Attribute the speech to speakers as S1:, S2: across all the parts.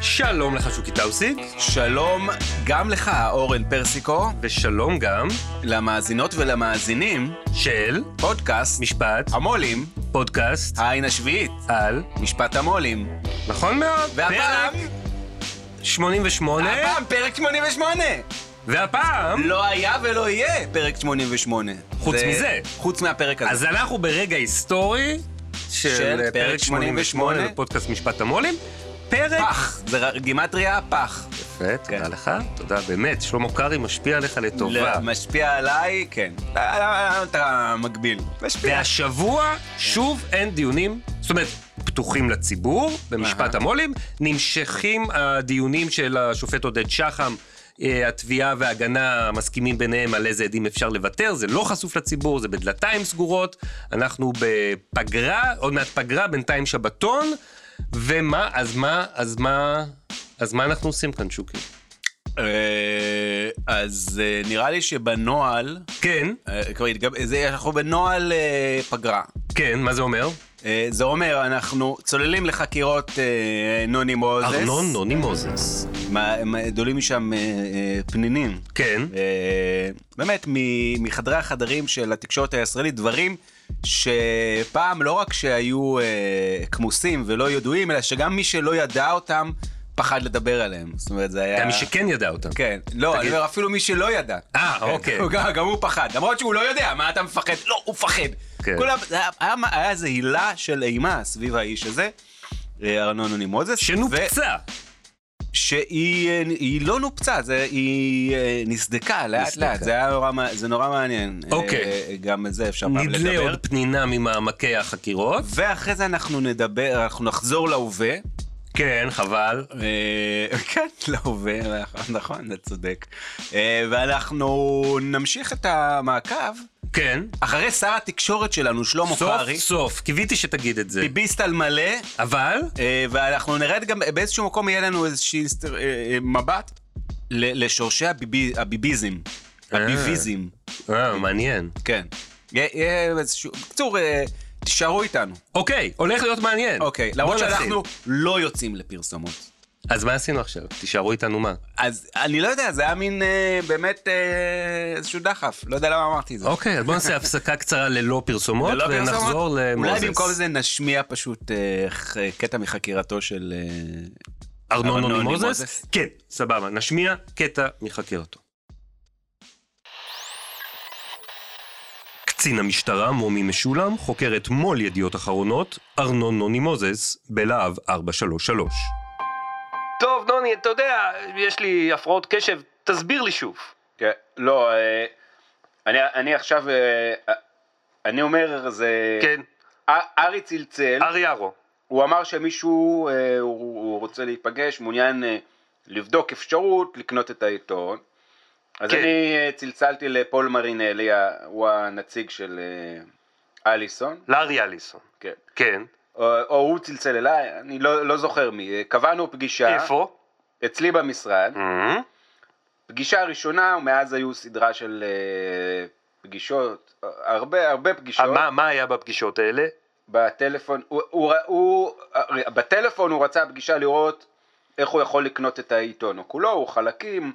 S1: שלום לך שוקי טאוסיק,
S2: שלום גם לך, אורן פרסיקו,
S1: ושלום גם
S2: למאזינות ולמאזינים,
S1: של
S2: פודקאסט
S1: משפט
S2: המו"לים,
S1: פודקאסט
S2: העין השביעית,
S1: על,
S2: משפט המו"לים.
S1: נכון מאוד,
S2: והפעם,
S1: פרק 88,
S2: הפעם פרק 88!
S1: והפעם,
S2: לא היה ולא יהיה פרק 88.
S1: חוץ מזה.
S2: חוץ מהפרק הזה.
S1: אז אנחנו ברגע היסטורי
S2: של
S1: של פרק
S2: פרק
S1: 88
S2: 88,
S1: בפודקאסט משפט המו"לים, פרק...
S2: פח, זה ר- גימטריה פח.
S1: יפה, תודה
S2: כן.
S1: לך, תודה באמת, שלמה קרעי משפיע עליך לטובה.
S2: לא, משפיע עליי, כן. אה, אה, אה, אתה מגביל. משפיע.
S1: והשבוע שוב אין דיונים, זאת אומרת, פתוחים לציבור במשפט
S2: אהה.
S1: המו"לים, נמשכים הדיונים של השופט עודד שחם. אה, התביעה וההגנה מסכימים ביניהם על איזה עדים אפשר לוותר, זה לא חשוף לציבור, זה בדלתיים סגורות, אנחנו בפגרה, עוד מעט פגרה, בינתיים שבתון, ומה, אז מה, אז מה, אז מה אנחנו עושים כאן, שוקי?
S2: אה, אז אה, נראה לי שבנוהל,
S1: כן,
S2: אה, כבר התגב... זה, אנחנו בנוהל אה, פגרה.
S1: כן, מה זה אומר?
S2: אה, זה אומר, אנחנו צוללים לחקירות אה, נוני מוזס.
S1: ארנון נוני מוזס.
S2: מה- מה- דולים משם אה, אה, פנינים.
S1: כן,
S2: אה, באמת, מ- מחדרי החדרים של התקשורת הישראלית, דברים שפעם לא רק שהיו אה, כמוסים ולא ידועים, אלא שגם מי שלא ידע אותם פחד לדבר עליהם. זאת אומרת, זה היה...
S1: גם מי שכן ידע אותם.
S2: כן, לא,
S1: תגיד.
S2: אני אומר, אפילו מי שלא ידע.
S1: אה,
S2: כן,
S1: אוקיי.
S2: הוא גם, גם הוא פחד, למרות שהוא לא יודע, מה אתה מפחד? לא, הוא מפחד.
S1: כן.
S2: כולם, זה היה- היה- היה איזו הילה של אימה סביב האיש הזה, אה, ארנון נוני מוזס.
S1: שנופצה.
S2: שהיא אה, היא לא נופצה, זה, היא אה, נסדקה לאט
S1: נסדקה.
S2: לאט, זה היה נורא, מע- זה נורא מעניין.
S1: אוקיי.
S2: אה, גם על זה אפשר פעם לדבר.
S1: נדלה עוד פנינה ממעמקי החקירות.
S2: ואחרי זה אנחנו נדבר, אנחנו נחזור להווה.
S1: כן, חבל.
S2: אה, כן, להווה, נכון, אתה צודק. אה, ואנחנו נמשיך את המעקב
S1: כן.
S2: אחרי שר התקשורת שלנו, שלמה
S1: סוף
S2: קרעי,
S1: סוף, קיוויתי שתגיד את זה.
S2: ביביסט על מלא,
S1: אבל,
S2: אה, ואנחנו נרד גם, באיזשהו מקום יהיה לנו איזושהי היסטר- אה, אה, מבט ל- לשורשי הביבי- הביביזם.
S1: אה.
S2: הביביזם,
S1: אה, מעניין.
S2: כן. יהיה- יהיה איזשהו, בקיצור, אה, תישארו איתנו.
S1: אוקיי, הולך להיות מעניין.
S2: אוקיי,
S1: בוא
S2: למרות
S1: נתחיל.
S2: שאנחנו לא יוצאים לפרסומות.
S1: אז מה עשינו עכשיו? תישארו איתנו מה?
S2: אז אני לא יודע, זה היה מין אה, באמת אה, איזשהו דחף, לא יודע למה אמרתי את זה.
S1: אוקיי, אז בוא נעשה הפסקה קצרה ללא פרסומות,
S2: ללא פרסומות?
S1: ונחזור למוזס.
S2: אולי במקום זה נשמיע פשוט אה, ח- קטע מחקירתו של... אה,
S1: ארנון
S2: ארנון
S1: נוני מוזס?
S2: מוזס?
S1: כן, סבבה. נשמיע קטע מחקירתו. קצין המשטרה מומי משולם חוקר את מו"ל ידיעות אחרונות, ארנון נוני מוזס, בלהב 433.
S3: טוב, נוני, אתה יודע, יש לי הפרעות קשב, תסביר לי שוב.
S2: כן, לא, אה, אני, אני עכשיו, אה, אה, אני אומר, זה...
S3: כן,
S2: א- ארי צלצל,
S3: ארי ארו.
S2: הוא אמר שמישהו, אה, הוא, הוא רוצה להיפגש, מעוניין אה, לבדוק אפשרות לקנות את העיתון. אז
S3: כן.
S2: אני אה, צלצלתי לפול מרינלי, ה- הוא הנציג של אה, אליסון,
S3: לארי אליסון.
S2: כן.
S3: כן.
S2: או, או הוא צלצל אליי, אני לא, לא זוכר מי. אה, קבענו פגישה,
S3: איפה?
S2: אצלי במשרד.
S3: אה,
S2: פגישה ראשונה, ומאז היו סדרה של אה, פגישות, אה, הרבה הרבה פגישות,
S3: אה? מה- מה היה בפגישות האלה?
S2: בטלפון, הוא, הוא, ר- הוא, הרי בטלפון הוא רצה פגישה לראות איך הוא יכול לקנות את העיתון, או כולו, או חלקים,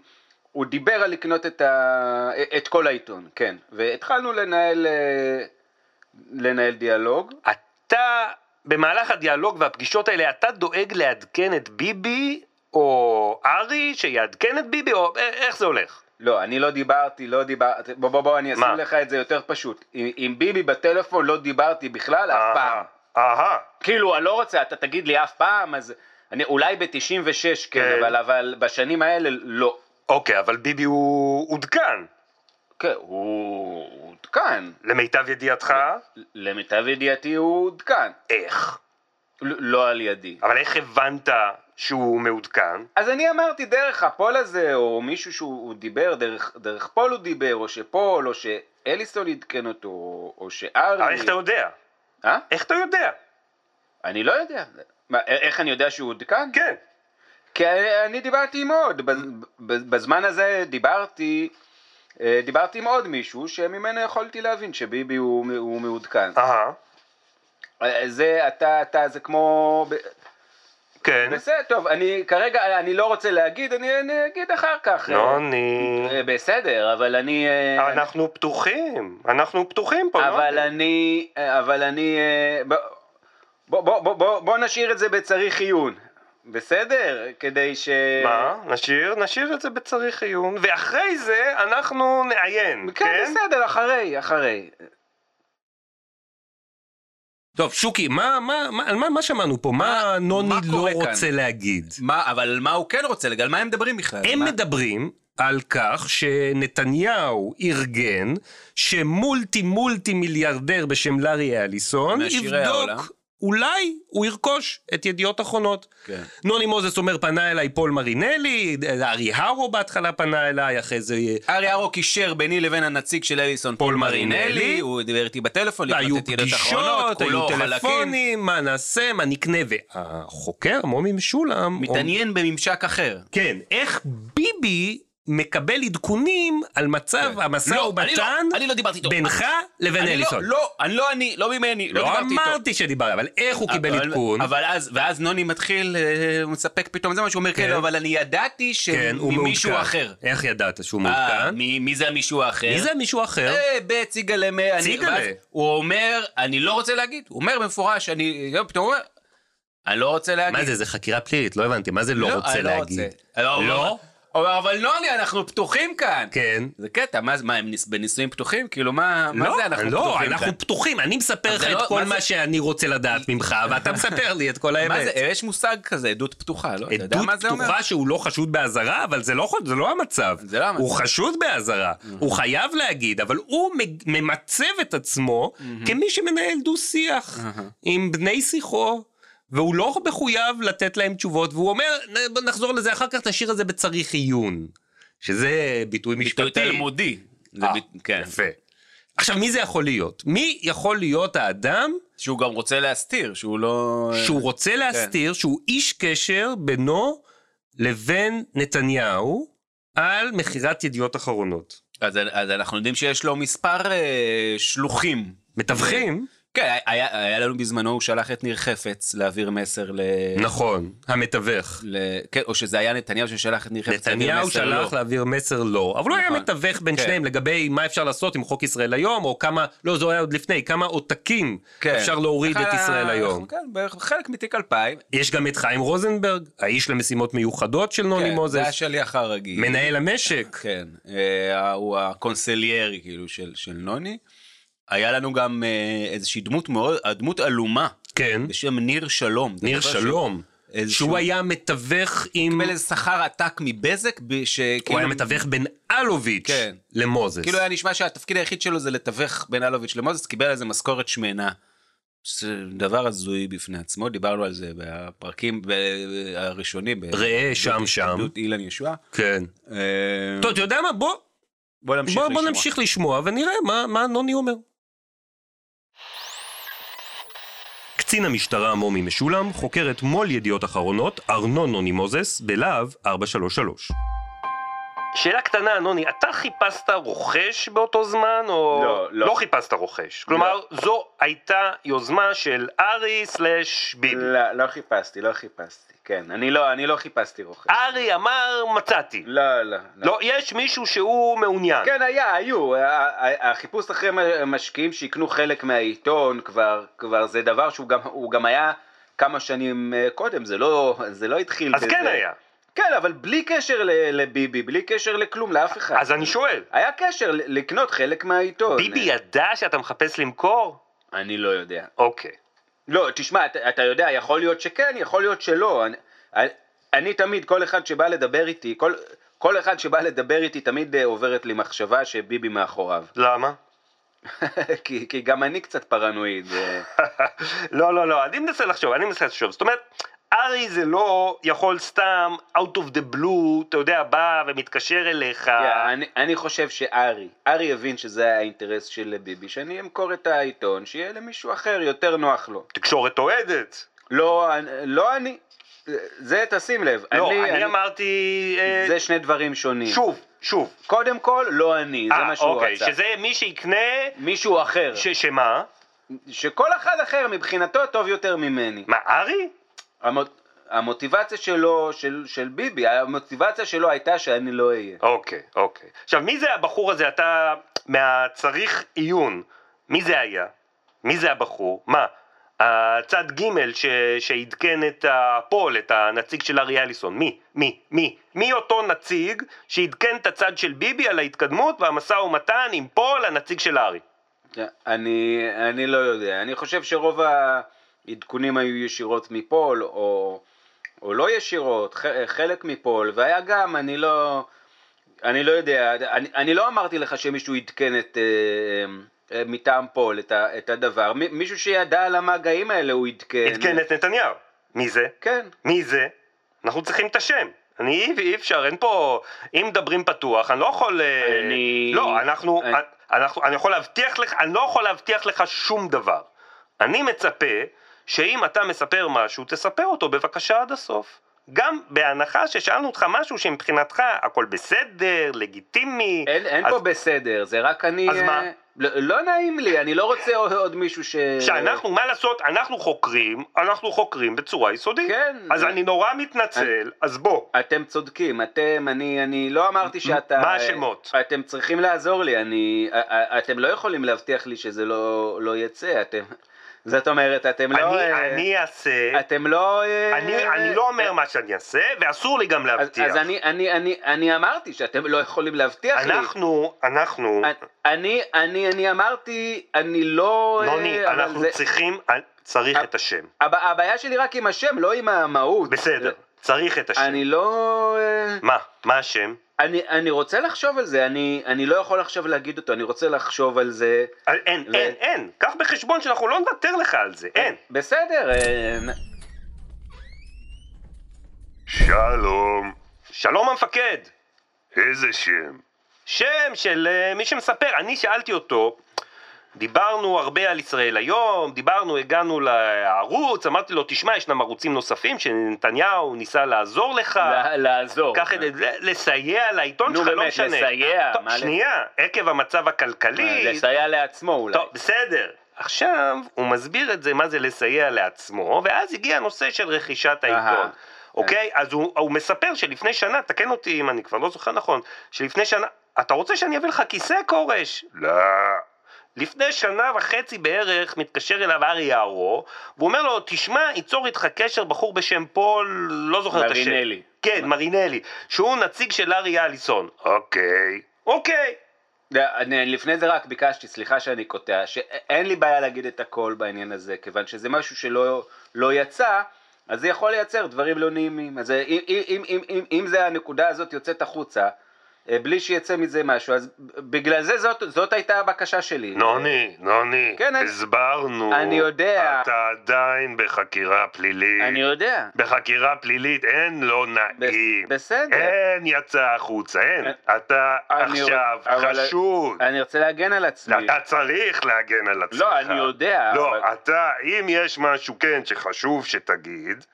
S2: הוא דיבר על לקנות את, ה, את כל העיתון, כן, והתחלנו לנהל, אה, לנהל דיאלוג,
S3: אתה, במהלך הדיאלוג והפגישות האלה, אתה דואג לעדכן את ביבי, או ארי שיעדכן את ביבי, או א- איך זה הולך?
S2: לא, אני לא דיברתי, לא דיברתי, בוא בוא בוא, אני
S3: מה?
S2: אשים לך את זה יותר פשוט, עם, עם ביבי בטלפון לא דיברתי בכלל
S1: אה,
S3: אה.
S2: אף פעם.
S3: אהה.
S2: כאילו, אני לא רוצה, אתה תגיד לי אף פעם, אז אני אולי ב-96, כן,
S3: כן.
S2: אבל, אבל בשנים האלה לא.
S1: אוקיי, אבל ביבי הוא עודכן.
S4: כן, הוא הוא עודכן.
S1: למיטב ידיעתך,
S4: למיטב ידיעתי הוא עודכן.
S1: איך?
S4: ל- לא על ידי.
S1: אבל איך הבנת שהוא מעודכן?
S4: אז אני אמרתי דרך הפול הזה, או מישהו שהוא הוא דיבר, דרך, דרך פול הוא דיבר, או שפול, או שאליסון עדכן אותו, או, או
S1: אבל
S4: שארי.
S1: איך אתה יודע?
S4: אה?
S1: איך אתה יודע?
S4: אני לא יודע. מה, א- איך אני יודע שהוא עודכן?
S1: כן.
S4: כי אני, אני דיברתי עם עוד, בז- בז- בזמן הזה דיברתי, אה, דיברתי עם עוד מישהו שממנו יכולתי להבין שביבי הוא, מ- הוא מעודכן.
S1: אהה.
S4: אה, זה אתה, אתה, זה כמו... ב-
S1: כן.
S4: בסדר, טוב, אני כרגע, אני לא רוצה להגיד, אני, אני אגיד אחר כך.
S1: נוני.
S4: אה, בסדר, אבל אני... אה,
S1: אבל לא, אנחנו לא. פתוחים. אנחנו פתוחים פה, נוני.
S4: אבל אני, אבל אני, אה, ב- בוא, בוא, בוא, בוא, בוא נשאיר את זה בצריך עיון, בסדר? כדי ש...
S1: מה? אה, נשאיר? נשאיר את זה בצריך עיון, ואחרי זה אנחנו נעיין,
S4: כן,
S1: כן?
S4: בסדר, אחרי, אחרי.
S5: טוב, שוקי, מה, מה, מה, על מה, מה שמענו פה? מה
S2: מה
S5: נוני לא
S2: קורה כאן?
S5: רוצה להגיד?
S2: מה, אבל מה הוא כן רוצה לגל? מה הם מדברים בכלל?
S5: הם
S2: מה-
S5: מדברים על כך שנתניהו ארגן שמולטי מולטי מיליארדר בשם לארי אליסון
S2: מעשירי העולם.
S5: יבדוק, אולי הוא ירכוש את ידיעות אחרונות.
S2: כן.
S5: נוני מוזס אומר, פנה אליי פול מרינלי, ארי הרו בהתחלה פנה אליי, אחרי זה... אה,
S2: ארי ארו קישר ביני לבין הנציג של אליסון, פול
S5: מרינלי.
S2: מרינלי, הוא דיבר איתי בטלפון,
S5: היו
S2: לקנות את לא ידות אחרונות,
S5: פגישות, היו
S2: כולו חלקים.
S5: טלפונים, מה נעשה, מה נקנה, והחוקר, מומי משולם,
S2: מתעניין בממשק אחר.
S5: כן, איך ביבי מקבל עדכונים על מצב
S2: כן.
S5: המשא
S2: לא, אני לא-
S5: ומתן
S2: אני לא דיברתי איתו.
S5: בינך לבין
S2: אני לא,
S5: אליסון.
S2: לא, אני לא אני, לא ממני, לא
S5: לא
S2: דיברתי איתו.
S5: אמרתי שדיבר, אבל איך הוא קיבל
S2: אבל-
S5: עדכון?
S2: אבל אז, ואז נוני מתחיל, אה, הוא מספק פתאום, זה מה שהוא אומר,
S5: כן.
S2: כן, לא, אבל אני ידעתי
S5: כן, הוא
S2: שממישהו
S5: מעודכן.
S2: אחר.
S5: איך ידעת שהוא
S2: אה,
S5: מעודכן?
S2: מי מי זה המישהו האחר?
S5: מי זה מישהו אחר?
S2: אה, בציגלה. מ- אני-
S5: ציגלה.
S2: ואז הוא אומר, אני לא רוצה להגיד, הוא אומר במפורש, אני, גם פתאום הוא אומר, אני לא רוצה להגיד.
S5: מה זה, זה חקירה פלילית, לא הבנתי, מה זה לא רוצה
S2: אני לא
S5: להגיד?
S2: רוצה. הוא
S5: לא?
S2: אומר, הוא אומר, אבל נוני, אנחנו פתוחים כאן.
S5: כן.
S2: זה קטע, מה, זה- מה, הם ניס- בנישואים פתוחים? כאילו, מה מה
S5: לא,
S2: זה אנחנו
S5: לא,
S2: פתוחים כאן?
S5: אנחנו פתוחים, אני מספר
S2: אבל
S5: לך
S2: זה
S5: את
S2: לא-
S5: כל
S2: מה
S5: מה
S2: זה-
S5: שאני רוצה לדעת ממך, ואתה מספר לי את כל
S2: מה זה, אה,
S5: האמת.
S2: יש מושג כזה, עדות פתוחה, לא? אתה יודע
S5: עדות
S2: מה זה אומר?
S5: פתוחה שהוא לא חשוד באזהרה, אבל זה לא, חו- זה לא המצב.
S2: זה לא המצב.
S5: הוא חשוד באזהרה, הוא חייב להגיד, אבל הוא מג- ממצב את עצמו כמי שמנהל דו-שיח עם בני שיחו. והוא לא מחויב לתת להם תשובות, והוא אומר, "נ- נחזור לזה אחר כך, תשאיר את זה בצריך עיון. שזה ביטוי משפטי.
S2: ביטוי תלמודי. זה
S5: אה,
S2: ביט- כן.
S5: יפה. עכשיו, מי זה יכול להיות? מי יכול להיות האדם
S2: שהוא גם רוצה להסתיר, שהוא לא...
S5: שהוא רוצה להסתיר שהוא איש קשר בינו לבין נתניהו על מכירת ידיעות אחרונות.
S2: אז, אז אנחנו יודעים שיש לו מספר אה, שלוחים.
S5: מתווכים,
S2: כן, היה, היה לנו בזמנו, הוא שלח את ניר חפץ להעביר מסר ל...
S5: נכון, המתווך.
S2: ל... כן, או שזה היה נתניהו ששלח את ניר חפץ להעביר
S5: נתניהו
S2: מסר
S5: שלח
S2: לא.
S5: להעביר מסר לא, אבל הוא היה
S2: נכון.
S5: מתווך בין
S2: כן.
S5: שניהם לגבי מה אפשר לעשות עם חוק ישראל היום, או כמה, לא, זה היה עוד לפני, כמה עותקים
S2: כן.
S5: אפשר להוריד את
S2: אחד ה-
S5: ישראל היום.
S2: כן, בערך חלק מתיק 2000.
S5: יש גם את חיים רוזנברג, האיש למשימות מיוחדות של נוני
S2: כן, זה
S5: מוזס,
S2: השליח הרגיל.
S5: מנהל המשק.
S2: כן, אה, הוא הקונסליירי כאילו של, של נוני. היה לנו גם אה, איזושהי דמות מאוד, דמות עלומה
S5: כן,
S2: בשם ניר שלום. אתה
S5: ניר
S2: זוכר
S5: שלום,
S2: איזשהו-
S5: שהוא היה מתווך עם...
S2: קיבל איזה שכר עתק מבזק, ב-
S5: כן. הוא
S2: שכאילו...
S5: היה מתווך בין אלוביץ'
S2: כן.
S5: למוזס.
S2: כאילו היה נשמע שהתפקיד היחיד שלו זה לתווך בין אלוביץ' למוזס, קיבל איזה משכורת שמנה. זה דבר הזוי בפני עצמו, דיברנו על זה בפרקים ב- הראשונים. ב-
S5: ראה שם שם.
S2: עדות אילן ישועה.
S5: כן.
S2: אה,
S5: טוב, אתה יודע מה? בוא,
S2: בוא נמשיך
S5: בוא, בוא
S2: לשמוע.
S5: נמשיך לשמוע ונראה מה, מה נוני אומר. קצין המשטרה מומי משולם חוקר את מו"ל ידיעות אחרונות, ארנון נוני מוזס, בלהב 433.
S1: שאלה קטנה, נוני, אתה חיפשת רוכש באותו זמן, או...
S4: לא, לא.
S1: לא חיפשת רוכש. כלומר, זו הייתה יוזמה של ארי סלאש ביבי.
S4: לא, לא חיפשתי, לא חיפשתי, כן, אני לא, אני לא חיפשתי רוכש.
S1: ארי אמר, מצאתי.
S4: לא, לא.
S1: לא, יש מישהו שהוא מעוניין.
S4: כן, היה, היו. ה- ה- החיפוש אחרי מ- משקיעים שיקנו חלק מהעיתון כבר, כבר זה דבר שהוא גם, הוא גם היה כמה שנים אה, קודם, זה לא, זה לא התחיל.
S1: אז
S4: בזה.
S1: כן היה.
S4: כן, אבל בלי קשר ל- לביבי, בלי קשר לכלום, לאף אחד.
S1: אז אני שואל,
S4: היה קשר ל- לקנות חלק מהעיתון.
S1: ביבי
S4: אה,
S1: ידע שאתה מחפש למכור?
S4: אני לא יודע.
S1: אוקיי.
S4: לא, תשמע, אתה, אתה יודע, יכול להיות שכן, יכול להיות שלא. אני, אני, אני תמיד, כל אחד שבא לדבר איתי, כל,
S2: כל אחד שבא לדבר איתי תמיד אה, עוברת לי מחשבה שביבי מאחוריו.
S1: למה?
S2: כי, כי גם אני קצת פרנואיד. אה,
S1: לא, לא, לא, אני מנסה לחשוב, אני מנסה לחשוב. זאת אומרת, ארי זה לא יכול סתם, out of the blue, אתה יודע, בא ומתקשר אליך.
S2: תראה, אני- אני חושב שארי, ארי הבין שזה האינטרס של ביבי, שאני אמכור את העיתון, שיהיה למישהו אחר, יותר נוח לו.
S1: תקשורת אוהדת.
S2: לא, אני- לא אני. זה תשים לב.
S1: לא, אני, אמרתי... אה,
S2: זה שני דברים שונים.
S1: שוב, שוב.
S2: קודם כל, לא אני, זה
S1: אה,
S2: מה שהוא
S1: אוקיי,
S2: רצה.
S1: שזה מי שיקנה...
S2: מישהו אחר,
S1: ש, שמה?
S2: שכל אחד אחר מבחינתו טוב יותר ממני.
S1: מה, ארי?
S2: המוט- המוטיבציה שלו, של, של ביבי, המוטיבציה שלו הייתה שאני לא אהיה.
S1: אוקיי, אוקיי. עכשיו, מי זה הבחור הזה? אתה מהצריך עיון. מי זה היה? מי זה הבחור? מה? הצד ג' ש... שעדכן את הפול, את הנציג של ארי אליסון. מי? מי? מי? מי אותו נציג שעדכן את הצד של ביבי על ההתקדמות והמשא ומתן עם פול, הנציג של ארי?
S2: אני, אני לא יודע, אני חושב שרוב העדכונים היו ישירות מפול, או, או לא ישירות, ח, חלק מפול, והיה גם, אני לא, אני לא יודע, אני, אני לא אמרתי לך שמישהו עדכן את, אה, אה, מטעם פול את, ה, את הדבר, מ, מישהו שידע על המגעים האלה הוא עדכן.
S1: עדכן את נתניהו. מי זה?
S2: כן.
S1: מי זה? אנחנו צריכים את השם. אני אי- אי אפשר, אין פה... אם מדברים פתוח, אני לא יכול... אה,
S2: אני-
S1: לא, אנחנו...
S2: אני-
S1: אנחנו... אני יכול להבטיח לך... אני לא יכול להבטיח לך שום דבר. אני מצפה שאם אתה מספר משהו, תספר אותו בבקשה עד הסוף. גם בהנחה ששאלנו אותך משהו שמבחינתך הכל בסדר, לגיטימי.
S2: אין, אין
S1: אז-
S2: פה בסדר, זה רק אני...
S1: אז מה?
S2: אה, לא, לא נעים לי, אני לא רוצה עוד, עוד מישהו ש...
S1: שאנחנו, מה לעשות, אנחנו חוקרים, אנחנו חוקרים בצורה יסודית.
S2: כן.
S1: אז אני נורא מתנצל, אז בוא.
S2: אתם צודקים, אתם, אני, אני לא אמרתי שאתה...
S1: מה השמות?
S2: אתם צריכים לעזור לי, אני... א- א- אתם לא יכולים להבטיח לי שזה לא, לא יצא, אתם... זאת אומרת, אתם לא...
S1: אני,
S2: אה,
S1: אני אעשה,
S2: אתם לא... אה,
S1: אני, אני לא אומר מה שאני אעשה, ואסור לי גם
S2: אז,
S1: להבטיח.
S2: אז אני, אני, אני, אני אמרתי שאתם לא יכולים להבטיח לי.
S1: אנחנו, אנחנו,
S2: אה, אני, אני, אני אמרתי, אני לא... אה,
S1: נוני,
S2: אבל
S1: אנחנו
S2: זה-
S1: צריכים, צריך
S2: אה,
S1: את השם.
S2: הב- הבעיה שלי רק עם השם, לא עם המהות.
S1: בסדר, צריך את השם.
S2: אה, אני לא... אה,
S1: מה, מה השם?
S2: אני, אני רוצה לחשוב על זה, אני, אני לא יכול עכשיו להגיד אותו, אני רוצה לחשוב על זה.
S1: אה, אין,
S2: ו-
S1: אין, אין. קח בחשבון שאנחנו לא נוותר לך על זה, אין.
S2: בסדר, אה, נ-
S1: שלום. שלום המפקד. איזה שם? שם של אה, מי שמספר, אני שאלתי אותו, דיברנו הרבה על ישראל היום, דיברנו, הגענו לערוץ, אמרתי לו, תשמע, ישנם ערוצים נוספים שנתניהו ניסה לעזור לך,
S2: לה- לעזור.
S1: אה, קח את זה, לסייע לעיתון
S2: נו
S1: שלך, לא
S2: באמת,
S1: משנה.
S2: לסייע,
S1: טוב,
S2: מה ל-
S1: שנייה, עקב המצב הכלכלי,
S2: אה, לסייע לעצמו אולי.
S1: טוב, בסדר. עכשיו הוא מסביר את זה, מה זה לסייע לעצמו, ואז הגיע הנושא של רכישת העיתון.
S2: אהה. כן.
S1: אוקיי? אז הוא, הוא מספר שלפני שנה, תקן אותי אם אני כבר לא זוכר נכון, שלפני שנה, אתה רוצה שאני אביא לך כיסא כורש? לא. לפני שנה וחצי בערך מתקשר אליו ארי יערו, והוא אומר לו, תשמע, ייצור איתך קשר בחור בשם פול, לא זוכר את השם.
S2: מרינלי.
S1: כן, מרינלי, שהוא נציג של ארי אליסון. אוקיי. אוקיי.
S2: אה, אני- לפני זה רק ביקשתי, סליחה שאני קוטע, שאין לי בעיה להגיד את הכל בעניין הזה, כיוון שזה משהו שלא לא יצא, אז זה יכול לייצר דברים לא נעימים. אז אה, אם, אם, אם, אם, אם זה הנקודה הזאת יוצאת החוצה, אה, בלי שיצא מזה משהו, אז בגלל זה זאת, זאת הייתה הבקשה שלי.
S1: נוני, נוני,
S2: כן, אני-
S1: הסברנו.
S2: אני יודע.
S1: אתה עדיין בחקירה פלילית.
S2: אני יודע.
S1: בחקירה פלילית אין לא נעים.
S2: בסדר.
S1: אין יצא החוצה, אין. אתה
S2: אה, אני-
S1: עכשיו
S2: אבל-
S1: חשוד.
S2: אני רוצה להגן על עצמי.
S1: אתה צריך להגן על עצמך.
S2: לא, אני יודע. אבל-
S1: לא, אתה, אם יש משהו כן שחשוב שתגיד,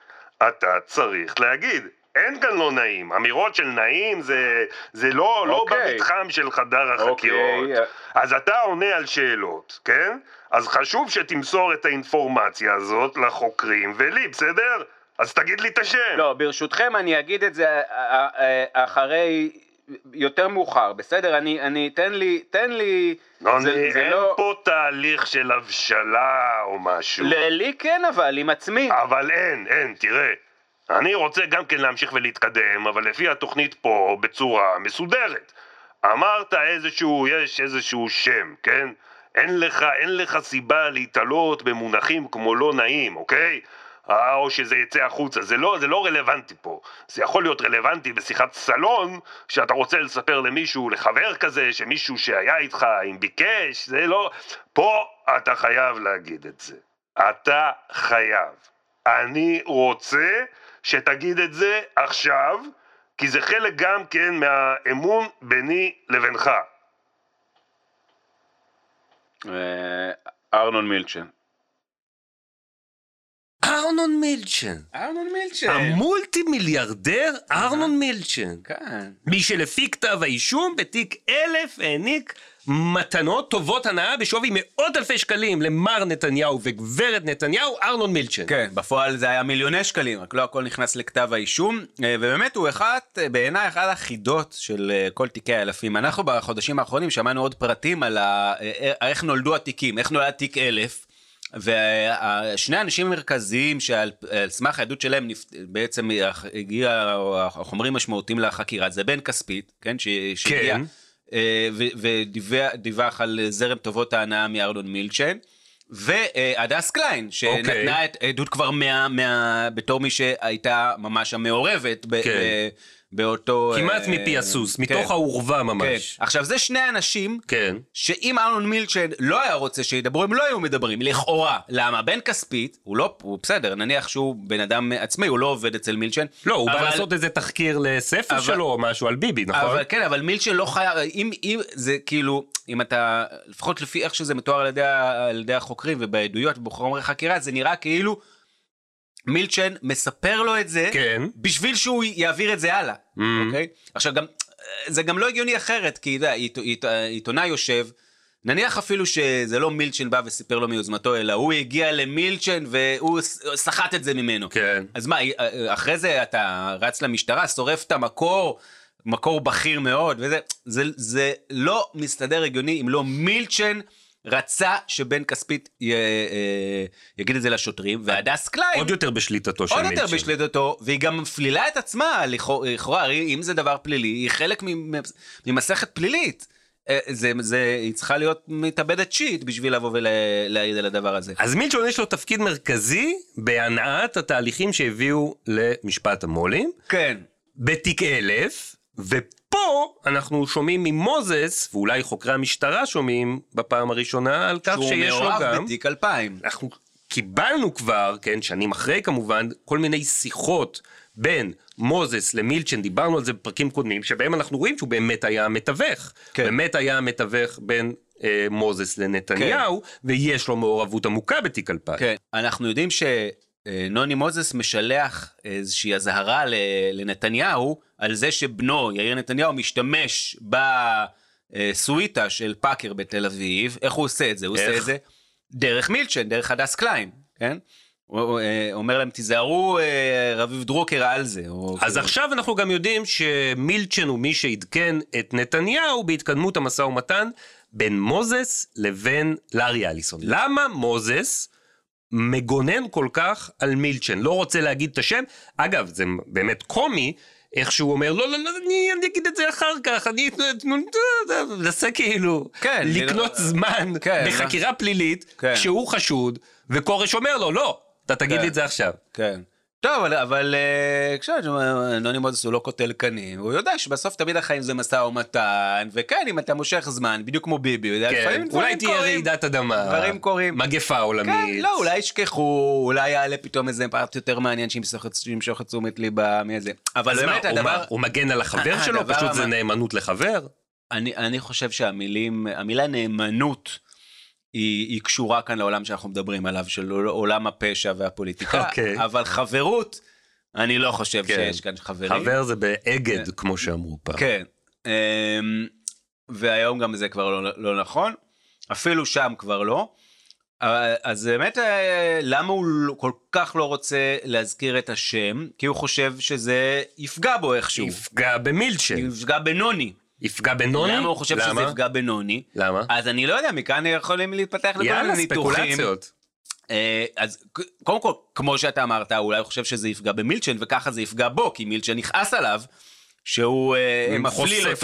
S1: אתה צריך להגיד. אין כאן לא נעים, אמירות של נעים זה, זה לא, לא
S2: אוקיי.
S1: במתחם של חדר החקירות.
S2: אוקיי.
S1: אז אתה עונה על שאלות, כן? אז חשוב שתמסור את האינפורמציה הזאת לחוקרים ולי, בסדר? אז תגיד לי את
S4: כן.
S1: השם.
S2: לא, ברשותכם אני אגיד את זה אה, אה, אה, אחרי, יותר מאוחר, בסדר? אני, אני, תן לי, תן לי,
S1: נוני,
S2: זה- זה
S1: אין
S2: לא-
S1: פה תהליך של הבשלה או משהו.
S2: ל- לי כן אבל, עם עצמי.
S1: אבל אין, אין, תראה. אני רוצה גם כן להמשיך ולהתקדם, אבל לפי התוכנית פה, בצורה מסודרת. אמרת איזשהו, יש איזשהו שם, כן? אין לך, אין לך סיבה להתעלות במונחים כמו לא נעים, אוקיי? אה, או שזה יצא החוצה, זה לא, זה לא רלוונטי פה. זה יכול להיות רלוונטי בשיחת סלון, שאתה רוצה לספר למישהו, לחבר כזה, שמישהו שהיה איתך, אם ביקש, זה לא... פה אתה חייב להגיד את זה. אתה חייב. אני רוצה שתגיד את זה עכשיו, כי זה חלק גם כן מהאמון ביני לבינך.
S4: אה, ארנון מילצ'ן.
S5: ארנון מילצ'ן.
S2: ארנון מילצ'ן.
S5: כן. המולטי מיליארדר ארנון מילצ'ן.
S2: כאן.
S5: מי שלפי כתב האישום בתיק אלף העניק מתנות טובות הנאה בשווי מאות אלפי שקלים למר נתניהו וגברת נתניהו ארנון מילצ'ן.
S2: כן, בפועל זה היה מיליוני שקלים, רק לא הכל נכנס לכתב האישום. אה, ובאמת, הוא אחת, אה, בעיניי, אחת החידות של אה, כל תיקי האלפים. אנחנו בחודשים האחרונים שמענו עוד פרטים על ה... אה, אה, איך נולדו התיקים, איך נולד תיק אלף. ושני האנשים המרכזיים שעל על סמך העדות שלהם נפ... בעצם הגיע החומרים משמעותיים לחקירה, זה בן כספית, כן? ש... שהגיע,
S5: כן.
S2: אה, ו- ודיווח על זרם טובות ההנאה מארלון מילצ'ן. והדס קליין, שנתנה
S5: אוקיי.
S2: את עדות כבר מה, מה, בתור מי שהייתה ממש המעורבת ב,
S5: כן.
S2: ב, באותו...
S5: כמעט
S2: אה,
S5: מפי הסוס,
S2: כן,
S5: מתוך האורווה ממש.
S2: כן. עכשיו, זה שני אנשים
S5: כן.
S2: שאם ארנון מילצ'ן לא היה רוצה שידברו, הם לא היו מדברים, לכאורה. למה? בן כספית, הוא לא, הוא בסדר, נניח שהוא בן אדם עצמאי, הוא לא עובד אצל מילצ'ן.
S5: לא, הוא בא
S2: אבל-
S5: לעשות איזה תחקיר לספר
S2: אבל-
S5: שלו או משהו על ביבי, נכון?
S2: אבל כן, אבל מילצ'ן לא חייב, אם, אם זה כאילו, אם אתה, לפחות לפי איך שזה מתואר על ידי, ה- על ידי החוקרים ובעדויות ובחומרי חקירה, זה נראה כאילו מילצ'ן מספר לו את זה,
S5: כן.
S2: בשביל שהוא יעביר את זה הלאה,
S5: Mm-hmm.
S2: אוקיי? עכשיו גם, זה גם לא הגיוני אחרת, כי אתה יודע, עית- עית- עיתונאי יושב, נניח אפילו שזה לא מילצ'ן בא וסיפר לו מיוזמתו, אלא הוא הגיע למילצ'ן והוא ס- סחט את זה ממנו.
S5: כן.
S2: אז מה, אה, אחרי זה אתה רץ למשטרה, שורף את המקור, מקור בכיר מאוד, וזה זה, זה לא מסתדר הגיוני אם לא מילצ'ן רצה שבן כספית י, אה, יגיד את זה לשוטרים, והדס קליין...
S5: עוד יותר בשליטתו של
S2: עוד
S5: מילצ'ן.
S2: יותר בשליטתו, והיא גם מפלילה את עצמה, לכאו- לכאורה, הרי אם זה דבר פלילי, היא חלק ממ- ממסכת פלילית. אה, זה, זה, היא צריכה להיות מתאבדת שיט בשביל לבוא ולהעיד על הדבר הזה.
S5: אז מילצ'ון יש לו תפקיד מרכזי בהנעת התהליכים שהביאו למשפט המו"לים,
S2: כן.
S5: בתיק אלף, ופה אנחנו שומעים ממוזס, ואולי חוקרי המשטרה שומעים בפעם הראשונה על כך
S2: שהוא
S5: שיש לו
S2: מעורב
S5: גם...
S2: בתיק 2000.
S5: אנחנו קיבלנו כבר, כן, שנים אחרי כמובן, כל מיני שיחות בין מוזס למילצ'ן, דיברנו על זה בפרקים קודמים, שבהם אנחנו רואים שהוא באמת היה המתווך.
S2: כן.
S5: כן. באמת היה המתווך בין אה, מוזס לנתניהו, כן. ויש לו מעורבות עמוקה בתיק 2000.
S2: כן, אנחנו יודעים שנוני מוזס משלח איזושהי אזהרה ל- לנתניהו על זה שבנו, יאיר נתניהו, משתמש בסוויטה של פאקר בתל אביב. איך הוא עושה את זה? הוא עושה
S5: איך?
S2: את זה דרך מילצ'ן, דרך הדס קליין, כן? הוא- הוא אה, אומר להם, תיזהרו, אה, רביב דרוקר על זה. או
S5: אז
S2: כאילו-
S5: עכשיו אנחנו גם יודעים שמילצ'ן הוא מי שעדכן את נתניהו בהתקדמות המשא ומתן בין מוזס לבין לארי אליסון. למה מוזס מגונן כל כך על מילצ'ן? לא רוצה להגיד את השם. אגב, זה באמת קומי. איך שהוא אומר, לא, לא, לא, אני, אני אגיד את זה אחר כך, אני, נו, נו, נו", מנסה כאילו,
S2: כן,
S5: לקנות
S2: אני-
S5: זמן
S2: כן,
S5: בחקירה פלילית,
S2: כן.
S5: שהוא חשוד, וכורש אומר לו, לא, אתה תגיד
S2: כן.
S5: לי את זה עכשיו.
S2: כן. טוב, אבל, אבל אה, כשנוני מוזס הוא לא קוטל קנים, הוא יודע שבסוף תמיד החיים זה משא ומתן, וכן, אם אתה מושך זמן, בדיוק כמו ביבי, הוא יודע,
S5: כן,
S2: לפעמים
S5: אולי
S2: דברים
S5: תהיה
S2: קורים.
S5: רעידת אדמה,
S2: דברים קורים.
S5: מגפה עולמית.
S2: כן, לא, אולי ישכחו, אולי יעלה פתאום איזה פרט יותר מעניין שימשוך את- שימשוך את תשומת ליבה מאיזה... אבל
S5: אז מה,
S2: באמת,
S5: הוא
S2: הדבר...
S5: מה, הוא מגן על החבר
S2: אה,
S5: שלו?
S2: הדבר
S5: פשוט זה
S2: המ-
S5: נאמנות לחבר?
S2: אני, אני חושב שהמילים, המילה נאמנות היא, היא קשורה כאן לעולם שאנחנו מדברים עליו, של עול- עולם הפשע והפוליטיקה,
S5: אוקיי.
S2: אבל חברות, אני לא חושב
S5: כן.
S2: שיש כאן חברים.
S5: חבר זה באגד, כמו שאמרו פעם.
S2: כן. אמ, והיום גם זה כבר לא, לא נכון, אפילו שם כבר לא. אה, אז באמת, אה, למה הוא לא- כל כך לא רוצה להזכיר את השם? כי הוא חושב שזה יפגע בו איכשהו.
S5: יפגע במילצ'ן,
S2: יפגע בנוני.
S5: יפגע בנוני?
S2: למה הוא חושב שזה יפגע בנוני?
S5: למה?
S2: אז אני לא יודע, מכאן יכולים להתפתח לכל מיני
S5: יאללה,
S2: ניתוחים.
S5: ספקולציות.
S2: אה, אז ק- קודם כל, כמו שאתה אמרת, אולי הוא חושב שזה יפגע במילצ'ן, וככה זה יפגע בו, כי מילצ'ן יכעס עליו, שהוא אה, מפליל
S5: חושף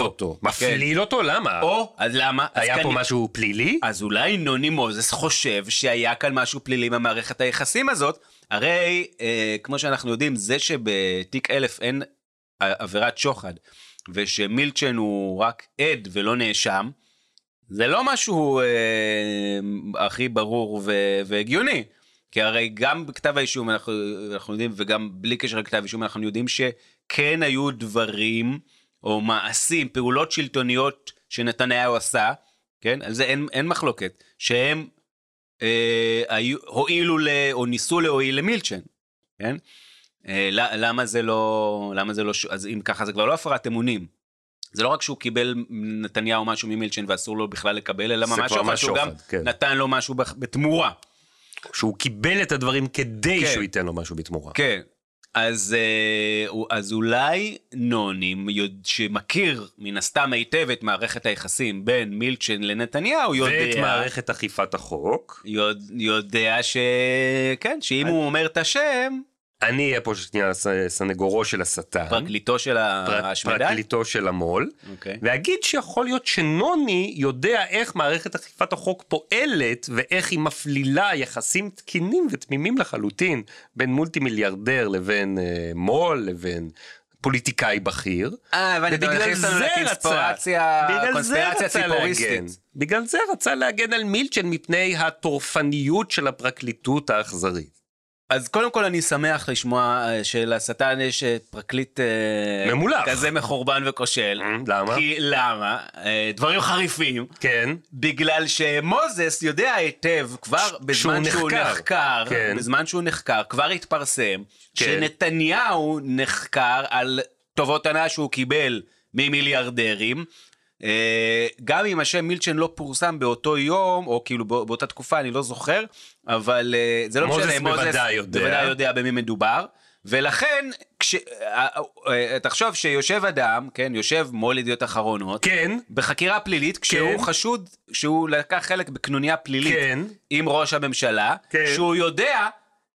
S2: אותו. כן.
S5: אותו. מפליל אותו? למה?
S2: או, אה, אז למה? אז
S5: היה פה
S2: כנראה-
S5: משהו פלילי?
S2: אז אולי נוני מוזס חושב שהיה כאן משהו פלילי במערכת היחסים הזאת. הרי, אה, כמו שאנחנו יודעים, זה שבתיק אלף אין אה, עבירת שוחד, ושמילצ'ן הוא רק עד ולא נאשם, זה לא משהו אה, הכי ברור ו- והגיוני. כי הרי גם בכתב האישום אנחנו, אנחנו יודעים, וגם בלי קשר לכתב האישום, אנחנו יודעים שכן כן היו דברים, או מעשים, פעולות שלטוניות שנתניהו עשה, כן? על זה אין, אין מחלוקת, שהם אה, היו, הועילו ל, או ניסו להועיל למילצ'ן, כן? אה, ל- למה זה לא, למה זה לא, ש- אז אם ככה זה כבר לא הפרת אמונים. זה לא רק שהוא קיבל נתניהו משהו ממילצ'ן ואסור לו בכלל לקבל, אלא
S5: זה
S2: לא, ממש
S5: כבר
S2: שוחד,
S5: ממש
S2: שהוא גם
S5: שוחד, כן.
S2: נתן לו משהו בח- בתמורה.
S5: שהוא קיבל את הדברים כדי
S2: כן.
S5: שהוא ייתן לו משהו בתמורה.
S2: כן. אז, אה, הוא- אז אולי נוני, יודע- שמכיר מן הסתם היטב את מערכת היחסים בין מילצ'ן לנתניהו, יודע...
S5: ואת מערכת אכיפת החוק.
S2: יודע, יודע ש... כן, שאם הוא אומר את השם,
S5: אה? אני אהיה פה שנייה ס- סנגורו של השטן.
S2: פרקליטו של
S5: פרק-
S2: ההשמדה?
S5: פרקליטו של המו"ל.
S2: אוקיי.
S5: ואגיד שיכול להיות שנוני יודע איך מערכת אכיפת החוק פועלת ואיך היא מפלילה יחסים תקינים ותמימים לחלוטין בין מולטי מיליארדר לבין אה, מו"ל לבין פוליטיקאי בכיר.
S2: אה, הבנתי, אתה
S5: ובגלל
S2: מכניס אותנו
S5: זה רצה,
S2: לקונספירציה,
S5: בגלל זה
S2: קונספירציה
S5: רצה להגן,
S2: ציפוריסטית.
S5: בגלל זה רצה להגן על מילצ'ן מפני הטורפניות של הפרקליטות האכזרית.
S2: אז קודם כל אני שמח לשמוע אה, שלשטן יש אה, פרקליט... אה,
S5: ממולח.
S2: כזה מחורבן
S5: Mm,
S2: וכושל.
S5: למה?
S2: כי למה? אה, דברים חריפים.
S5: כן,
S2: בגלל שמוזס יודע היטב כבר בזמן שהוא
S5: שהוא נחקר.
S2: נחקר,
S5: כן.
S2: בזמן שהוא נחקר, כבר התפרסם
S5: כן.
S2: שנתניהו נחקר על טובות הנאה שהוא קיבל ממיליארדרים. אה, גם אם השם מילצ'ן לא פורסם באותו יום, או כאילו בא- באותה תקופה, אני לא זוכר, אבל אה, זה לא
S5: מוזס
S2: משנה,
S5: בוודאי יודע.
S2: בוודאי יודע במי מדובר. ולכן, כש... אה, אה, תחשוב שיושב אדם, כן, יושב מו"ל ידיעות אחרונות,
S5: כן,
S2: בחקירה פלילית, כשהוא
S5: כן.
S2: חשוד שהוא לקח חלק בקנוניה פלילית
S5: כן.
S2: עם ראש הממשלה,
S5: כן.
S2: שהוא יודע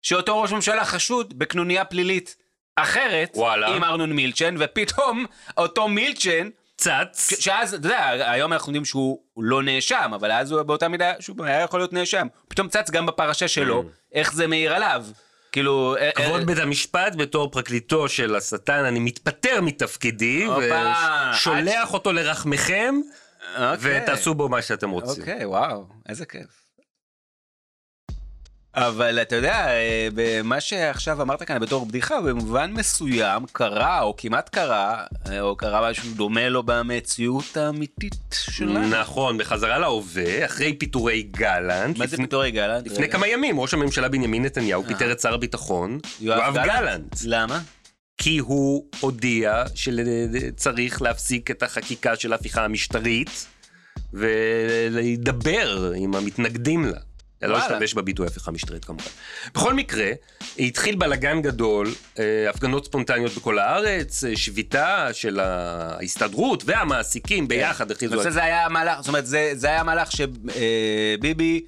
S2: שאותו ראש ממשלה חשוד בקנוניה פלילית אחרת
S5: וואלה.
S2: עם ארנון מילצ'ן, ופתאום אותו מילצ'ן,
S5: צץ.
S2: שאז, אתה יודע, היום אנחנו יודעים שהוא לא נאשם, אבל אז הוא באותה מידה, שוב, היה יכול להיות נאשם. פתאום צץ גם בפרשה שלו, איך זה מאיר עליו. כאילו... אה, אה,
S5: Mm. כבוד בית המשפט, בתור פרקליטו של השטן, אני מתפטר מתפקידי,
S2: הופה,
S5: ושולח אותו לרחמכם,
S2: אוקיי.
S5: ותעשו בו מה שאתם רוצים.
S2: אוקיי, וואו, איזה כיף. אבל אתה יודע, אה, במה שעכשיו אמרת כאן בתור בדיחה, במובן מסוים קרה, או כמעט קרה, אה, או קרה משהו דומה לו במציאות האמיתית שלנו.
S5: נכון, בחזרה להווה, אחרי פיטורי גלנט,
S2: מה זה אה.
S5: לפני-
S2: פתאום רגע? גלנט?
S5: לפני כמה ימים, ראש הממשלה בנימין נתניהו פיטר את שר הביטחון, יואב גלנט,
S2: למה?
S5: כי הוא הודיע שצריך להפסיק את החקיקה של ההפיכה המשטרית, ולהידבר עם המתנגדים לה. אני לא
S2: וואלה.
S5: אשתמש בביטוי הפיכה משטרית כמובן. בכל מקרה, התחיל בלאגן גדול, אה, הפגנות ספונטניות בכל הארץ, אה, שביתה של ההסתדרות והמעסיקים ביחד הכריזו על
S2: למעשה כן. זה היה המהלך, זאת אומרת, זה, זה היה המהלך שביבי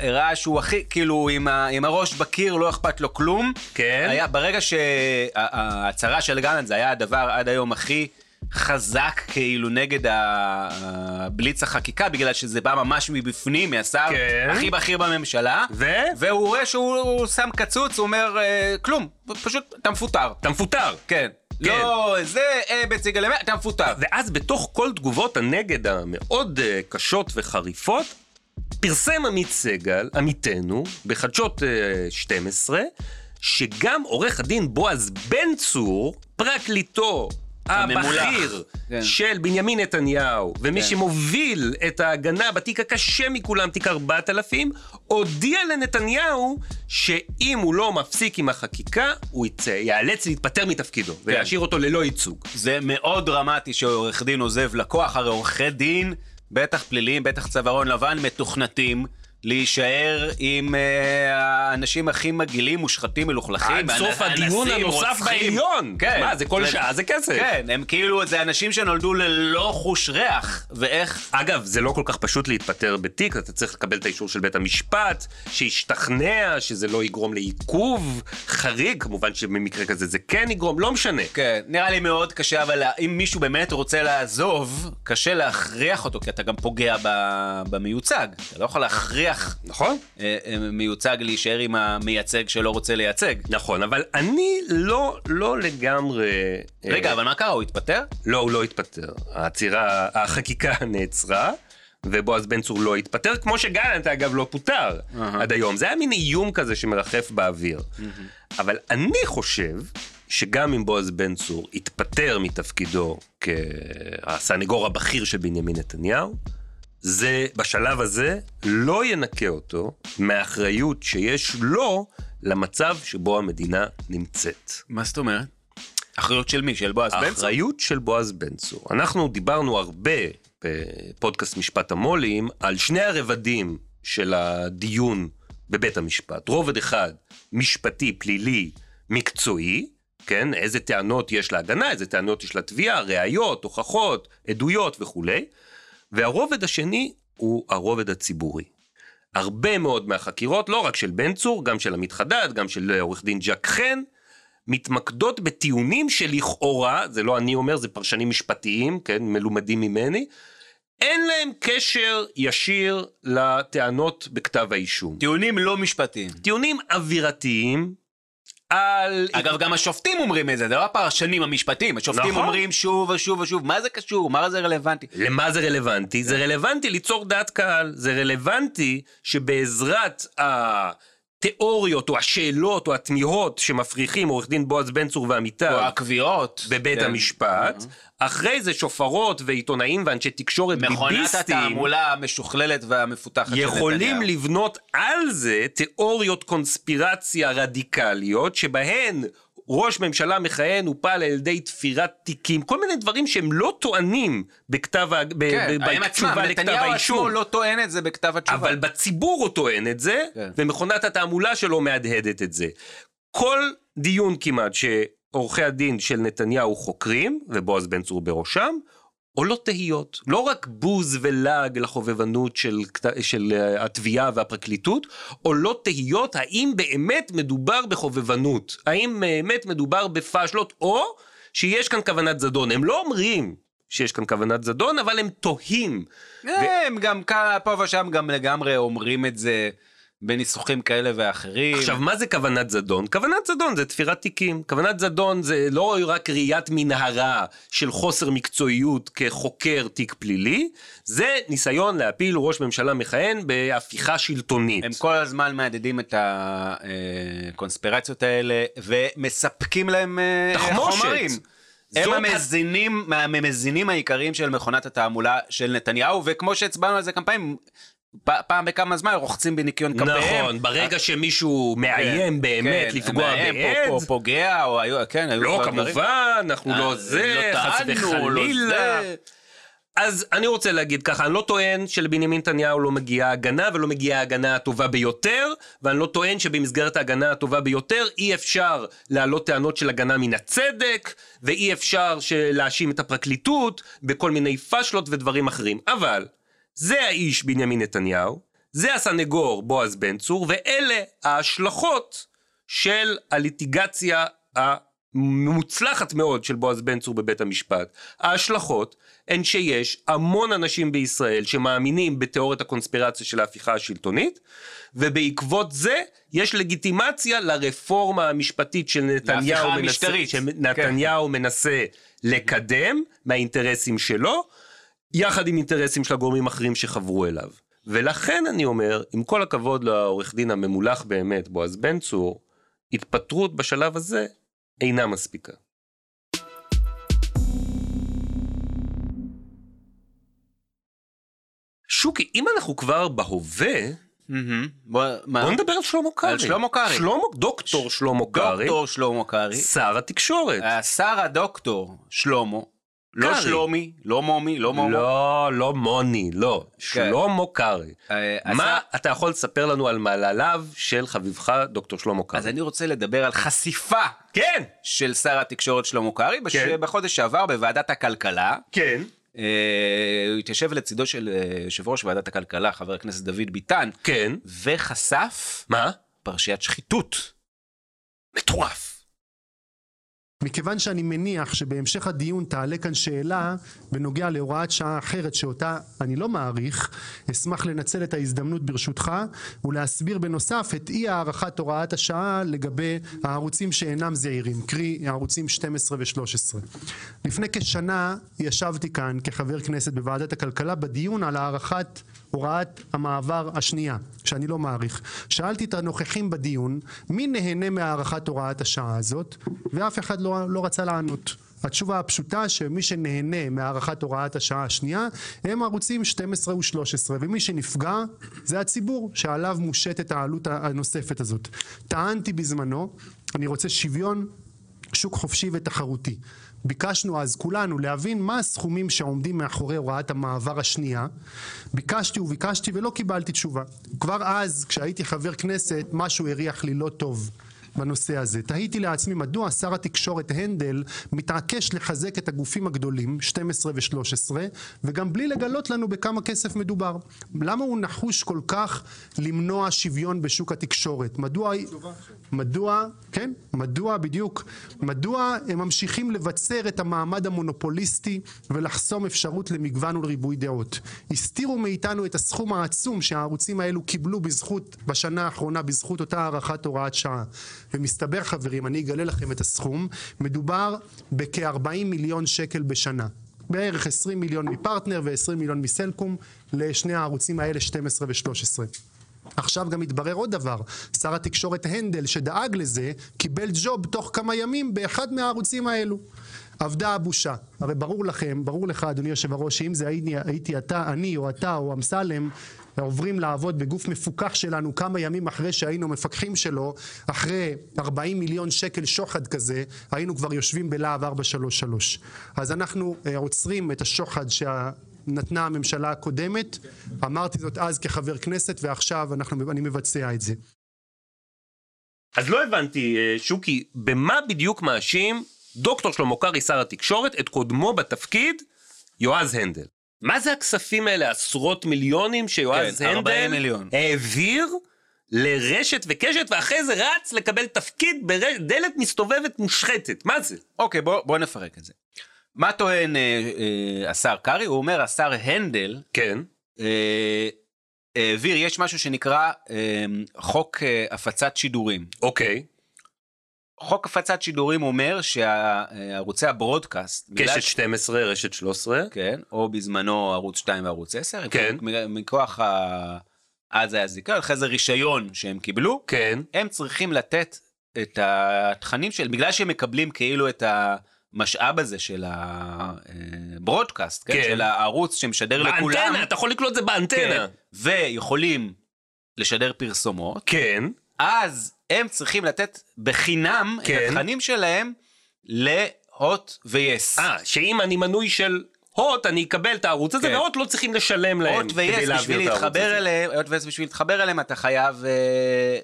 S2: הראה שהוא הכי, כאילו, עם, ה, עם הראש בקיר, לא אכפת לו כלום.
S5: כן.
S2: היה ברגע שההצהרה של גלנט, זה היה הדבר עד היום הכי חזק, כאילו, נגד ה- הבליץ החקיקה, בגלל שזה בא ממש מבפנים, מהשר
S5: כן.
S2: הכי בכיר בממשלה.
S5: ו?
S2: והוא רואה שהוא הוא שם קצוץ, הוא אומר, אה, כלום, פשוט, אתה מפוטר.
S5: אתה מפוטר.
S2: כן. לא, זה אה, בציג אלמנט, אתה מפוטר.
S5: ואז בתוך כל תגובות הנגד המאוד אה, קשות וחריפות, פרסם עמית סגל, עמיתנו, בחדשות אה, 12, שגם עורך הדין בועז בן צור, פרקליטו
S2: הממולח.
S5: הבכיר
S2: כן.
S5: של בנימין נתניהו, ומי
S2: כן.
S5: שמוביל את ההגנה בתיק הקשה מכולם, תיק 4000, הודיע לנתניהו שאם הוא לא מפסיק עם החקיקה, הוא יצא, ייאלץ להתפטר מתפקידו,
S2: כן.
S5: ולהשאיר אותו ללא ייצוג.
S2: זה מאוד דרמטי שעורך דין עוזב לקוח, הרי עורכי דין, בטח פליליים, בטח צווארון לבן, מתוכנתים, להישאר עם אה, האנשים הכי מגעילים, מושחתים, מלוכלכים.
S5: עד סוף
S2: אנ-
S5: הדיון
S2: אנסים,
S5: הנוסף
S2: רוצחים.
S5: בעליון.
S2: כן.
S5: מה, זה כל שעה, זה כסף.
S2: כן, הם כאילו, זה אנשים שנולדו ללא חוש ריח, ואיך...
S5: אגב, זה לא כל כך פשוט להתפטר בתיק, אתה צריך לקבל את האישור של בית המשפט, שישתכנע שזה לא יגרום לעיכוב חריג, כמובן שבמקרה כזה זה כן יגרום, לא משנה.
S2: כן, נראה לי מאוד קשה, אבל אם מישהו באמת רוצה לעזוב, קשה להכריח אותו, כי אתה גם פוגע ב- במיוצג. אתה לא יכול להכריח
S5: נכון?
S2: אה, אה, מיוצג להישאר עם המייצג שלא רוצה לייצג.
S5: נכון, אבל אני לא, לא לגמרי...
S2: רגע,
S5: אה,
S2: אבל מה קרה? הוא התפטר?
S5: לא, הוא לא התפטר. העצירה, החקיקה נעצרה, ובועז בן צור לא התפטר, כמו שגלנט אגב לא פוטר עד היום. זה היה מין איום כזה שמרחף באוויר. אבל אני חושב שגם אם בועז בן צור התפטר מתפקידו כהסנגור הבכיר של בנימין נתניהו, זה בשלב הזה לא ינקה אותו מהאחריות שיש לו למצב שבו המדינה נמצאת.
S2: מה זאת אומרת? אחריות של מי? של בועז בן צור?
S5: האחריות של בועז בן צור. אנחנו דיברנו הרבה בפודקאסט משפט המו"לים על שני הרבדים של הדיון בבית המשפט. רובד אחד, משפטי, פלילי, מקצועי, כן? איזה טענות יש להגנה, איזה טענות יש לתביעה, ראיות, הוכחות, עדויות וכולי. והרובד השני הוא הרובד הציבורי. הרבה מאוד מהחקירות, לא רק של בן צור, גם של עמית חדד, גם של אה, עורך דין ג'ק חן, מתמקדות בטיעונים שלכאורה, זה לא אני אומר, זה פרשנים משפטיים, כן, מלומדים ממני, אין להם קשר ישיר לטענות בכתב האישום.
S2: טיעונים לא משפטיים.
S5: טיעונים אווירתיים על...
S2: אגב, גם השופטים אומרים את זה, זה לא הפרשנים המשפטיים. השופטים
S5: נכון.
S2: אומרים שוב ושוב ושוב, מה זה קשור? מה זה רלוונטי?
S5: למה זה רלוונטי? זה רלוונטי ליצור דעת קהל, זה רלוונטי שבעזרת התיאוריות או השאלות או התמיהות שמפריחים עורך דין בועז בן צור
S2: או
S5: ועמיתיו
S2: הקביעות.
S5: אה, בבית
S2: כן. Mm-hmm.
S5: המשפט, אחרי זה שופרות ועיתונאים ואנשי תקשורת
S2: מכונת
S5: ביביסטים
S2: התעמולה המשוכללת והמפותחת של נתניהו.
S5: יכולים לבנות על זה תיאוריות קונספירציה רדיקליות שבהן ראש ממשלה מכהן הופל על ידי תפירת תיקים, כל מיני דברים שהם לא טוענים בכתב, ה- ב-
S2: כן, הם
S5: ב-
S2: עצמם,
S5: בתשובה לכתב
S2: נתניהו עצמו
S5: האישום.
S2: לא טוען את זה בכתב התשובה.
S5: אבל בציבור הוא טוען את זה,
S2: כן.
S5: ומכונת התעמולה שלו מהדהדת את זה. כל דיון כמעט שעורכי הדין של נתניהו חוקרים, ובועז בן צור בראשם, עולות תהיות. לא רק בוז ולעג לחובבנות של, כת- של אה, התביעה והפרקליטות, עולות תהיות האם באמת מדובר בחובבנות, האם באמת מדובר בפאשלות, או שיש כאן כוונת זדון. הם לא אומרים שיש כאן כוונת זדון, אבל הם תוהים.
S2: אה, הם גם כאן, פה ושם גם לגמרי אומרים את זה בניסוחים כאלה ואחרים.
S5: עכשיו, מה זה כוונת זדון? כוונת זדון זה תפירת תיקים. כוונת זדון זה לא רק ראיית מנהרה של חוסר מקצועיות כחוקר תיק פלילי, זה ניסיון להפיל ראש ממשלה מכהן בהפיכה שלטונית.
S2: הם כל הזמן מהדהדים את הקונספירציות האלה ומספקים להם אה,
S5: תחמושת.
S2: חומרים. הם
S5: זאת
S2: המזינים, המזינים העיקריים של מכונת התעמולה של נתניהו, וכמו שהצבענו על זה כמה פעמים, פ- פעם בכמה זמן רוחצים בניקיון כפיהם.
S5: נכון, ברגע שמישהו מאיים באמת
S2: אה, כן,
S5: לפגוע
S2: מאיים, פו-
S5: בעד,
S2: פו- פוגע, או היו, כן, היו
S5: לא
S2: כבר דברים.
S5: כמובן, אנחנו
S2: אה,
S5: לא זה,
S2: לא
S5: חס
S2: טענו, לא
S5: וחלילה.
S2: זה.
S5: אז אני רוצה להגיד ככה, אני לא טוען שלבנימין נתניהו לא מגיעה הגנה, ולא מגיעה ההגנה הטובה ביותר, ואני לא טוען שבמסגרת ההגנה הטובה ביותר אי אפשר להעלות טענות של הגנה מן הצדק, ואי אפשר של- להאשים את הפרקליטות בכל מיני פשלות ודברים אחרים. אבל, זה האיש בנימין נתניהו, זה הסנגור בועז בן צור, ואלה ההשלכות של הליטיגציה המוצלחת מאוד של בועז בן צור בבית המשפט. ההשלכות הן שיש המון אנשים בישראל שמאמינים בתיאוריית הקונספירציה של ההפיכה השלטונית, ובעקבות זה יש לגיטימציה לרפורמה המשפטית של נתניהו
S2: להפיכה
S5: מנסה,
S2: המשטרית. כן.
S5: שנתניהו מנסה לקדם מהאינטרסים שלו, יחד עם אינטרסים של הגורמים האחרים שחברו אליו. ולכן אני אומר, עם כל הכבוד לעורך דין הממולח באמת, בועז בן צור, התפטרות בשלב הזה אינה מספיקה. שוקי, אם אנחנו כבר בהווה,
S2: מהמם. בוא- מה?
S5: בוא נדבר על שלמה קרעי.
S2: אה? על שלמה קרעי.
S5: שלמה, דוקטור שלמה קרעי,
S2: דוקטור שלמה קרעי.
S5: שר התקשורת.
S2: השר הדוקטור שלמה לא
S5: קרעי.
S2: שלומי, לא מומי, לא מומו.
S5: לא, לא מוני, לא.
S2: כן.
S5: שלמה קרעי.
S2: אה, אז-
S5: מה אתה יכול לספר לנו על מעלליו של חביבך, דוקטור שלמה
S2: אז
S5: קרעי?
S2: אני רוצה לדבר על חשיפה
S5: כן!
S2: של שר התקשורת שלמה קרעי, בש-
S5: כן.
S2: בחודש שעבר בוועדת הכלכלה.
S5: כן.
S2: אה, הוא התיישב לצידו של אה, יושב ראש ועדת הכלכלה, חבר הכנסת דוד ביטן,
S5: כן.
S2: וחשף
S5: מה?
S2: פרשיית שחיתות.
S5: מטורף.
S6: מכיוון שאני מניח שבהמשך הדיון תעלה כאן שאלה בנוגע להוראת שעה אחרת שאותה אני לא מעריך, אשמח לנצל את ההזדמנות ברשותך ולהסביר בנוסף את אי הארכת הוראת השעה לגבי הערוצים שאינם זעירים, קרי הערוצים 12 ו-13. לפני כשנה ישבתי כאן כחבר כנסת בוועדת הכלכלה בדיון על הארכת הוראת המעבר השנייה, שאני לא מעריך. שאלתי את הנוכחים בדיון, מי נהנה מהארכת הוראת השעה הזאת? ואף אחד לא, לא רצה לענות. התשובה הפשוטה שמי שנהנה מהארכת הוראת השעה השנייה הם ערוצים 12 ו-13 ומי שנפגע זה הציבור שעליו מושתת העלות הנוספת הזאת. טענתי בזמנו, אני רוצה שוויון שוק חופשי ותחרותי. ביקשנו אז כולנו להבין מה הסכומים שעומדים מאחורי הוראת המעבר השנייה. ביקשתי וביקשתי ולא קיבלתי תשובה. כבר אז, כשהייתי חבר כנסת, משהו הריח לי לא טוב בנושא הזה. תהיתי לעצמי מדוע שר התקשורת הנדל מתעקש לחזק את הגופים הגדולים, 12 ו-13, וגם בלי לגלות לנו בכמה כסף מדובר. למה הוא נחוש כל כך למנוע שוויון בשוק התקשורת? מדוע... מדוע, כן, מדוע בדיוק, מדוע הם ממשיכים לבצר את המעמד המונופוליסטי ולחסום אפשרות למגוון ולריבוי דעות. הסתירו מאיתנו את הסכום העצום שהערוצים האלו קיבלו בזכות, בשנה האחרונה, בזכות אותה הארכת הוראת שעה. ומסתבר, חברים, אני אגלה לכם את הסכום, מדובר בכ-40 מיליון שקל בשנה. בערך 20 מיליון מפרטנר ו-20 מיליון מסלקום לשני הערוצים האלה, 12 ו-13. עכשיו גם התברר עוד דבר, שר התקשורת הנדל שדאג לזה, קיבל ג'וב תוך כמה ימים באחד מהערוצים האלו. אבדה הבושה. הרי ברור לכם, ברור לך אדוני יושב הראש, שאם זה הייתי, הייתי אתה, אני או אתה או אמסלם, עוברים לעבוד בגוף מפוקח שלנו כמה ימים אחרי שהיינו מפקחים שלו, אחרי 40 מיליון שקל שוחד כזה, היינו כבר יושבים בלהב 433. אז אנחנו אה, עוצרים את השוחד שה... נתנה הממשלה הקודמת. אמרתי זאת אז כחבר כנסת, ועכשיו אנחנו, אני מבצע את זה.
S5: אז לא הבנתי, אה, שוקי, במה בדיוק מאשים דוקטור שלמה קרעי, שר התקשורת, את קודמו בתפקיד, יועז הנדל? מה זה הכספים האלה, עשרות מיליונים שיועז
S2: כן,
S5: הנדל
S2: 40 מיליון.
S5: העביר לרשת וקשת, ואחרי זה רץ לקבל תפקיד בדלת מסתובבת מושחתת? מה זה?
S2: אוקיי, בוא, בוא נפרק את זה. מה טוען אה, אה, השר קרעי? הוא אומר, השר הנדל
S5: כן.
S2: אה, העביר, יש משהו שנקרא אה, חוק אה, הפצת שידורים.
S5: אוקיי.
S2: חוק הפצת שידורים אומר שערוצי הברודקאסט, בגלל
S5: קשת 12, רשת 13.
S2: כן, או בזמנו ערוץ 2 וערוץ 10, הם
S5: כן.
S2: קיבלו מ- מכוח ה... אז היה זיכיון, אחרי זה רישיון שהם קיבלו,
S5: כן.
S2: הם צריכים לתת את התכנים של, בגלל שהם מקבלים כאילו את המשאב הזה של הברודקאסט, כן,
S5: כן.
S2: של הערוץ שמשדר לכולם, כן.
S5: באנטנה, כן. אתה יכול לקלוט את זה באנטנה.
S2: ויכולים לשדר פרסומות,
S5: כן.
S2: אז הם צריכים לתת בחינם
S5: כן.
S2: את התכנים שלהם להוט ויס.
S5: אה, שאם אני מנוי של הוט, אני אקבל את הערוץ הזה,
S2: כן.
S5: והוט לא צריכים לשלם להם
S2: הוט ויס בשביל
S5: את הערוץ הזה.
S2: להתחבר אליהם, הוט ויס בשביל להתחבר אליהם אתה חייב אה,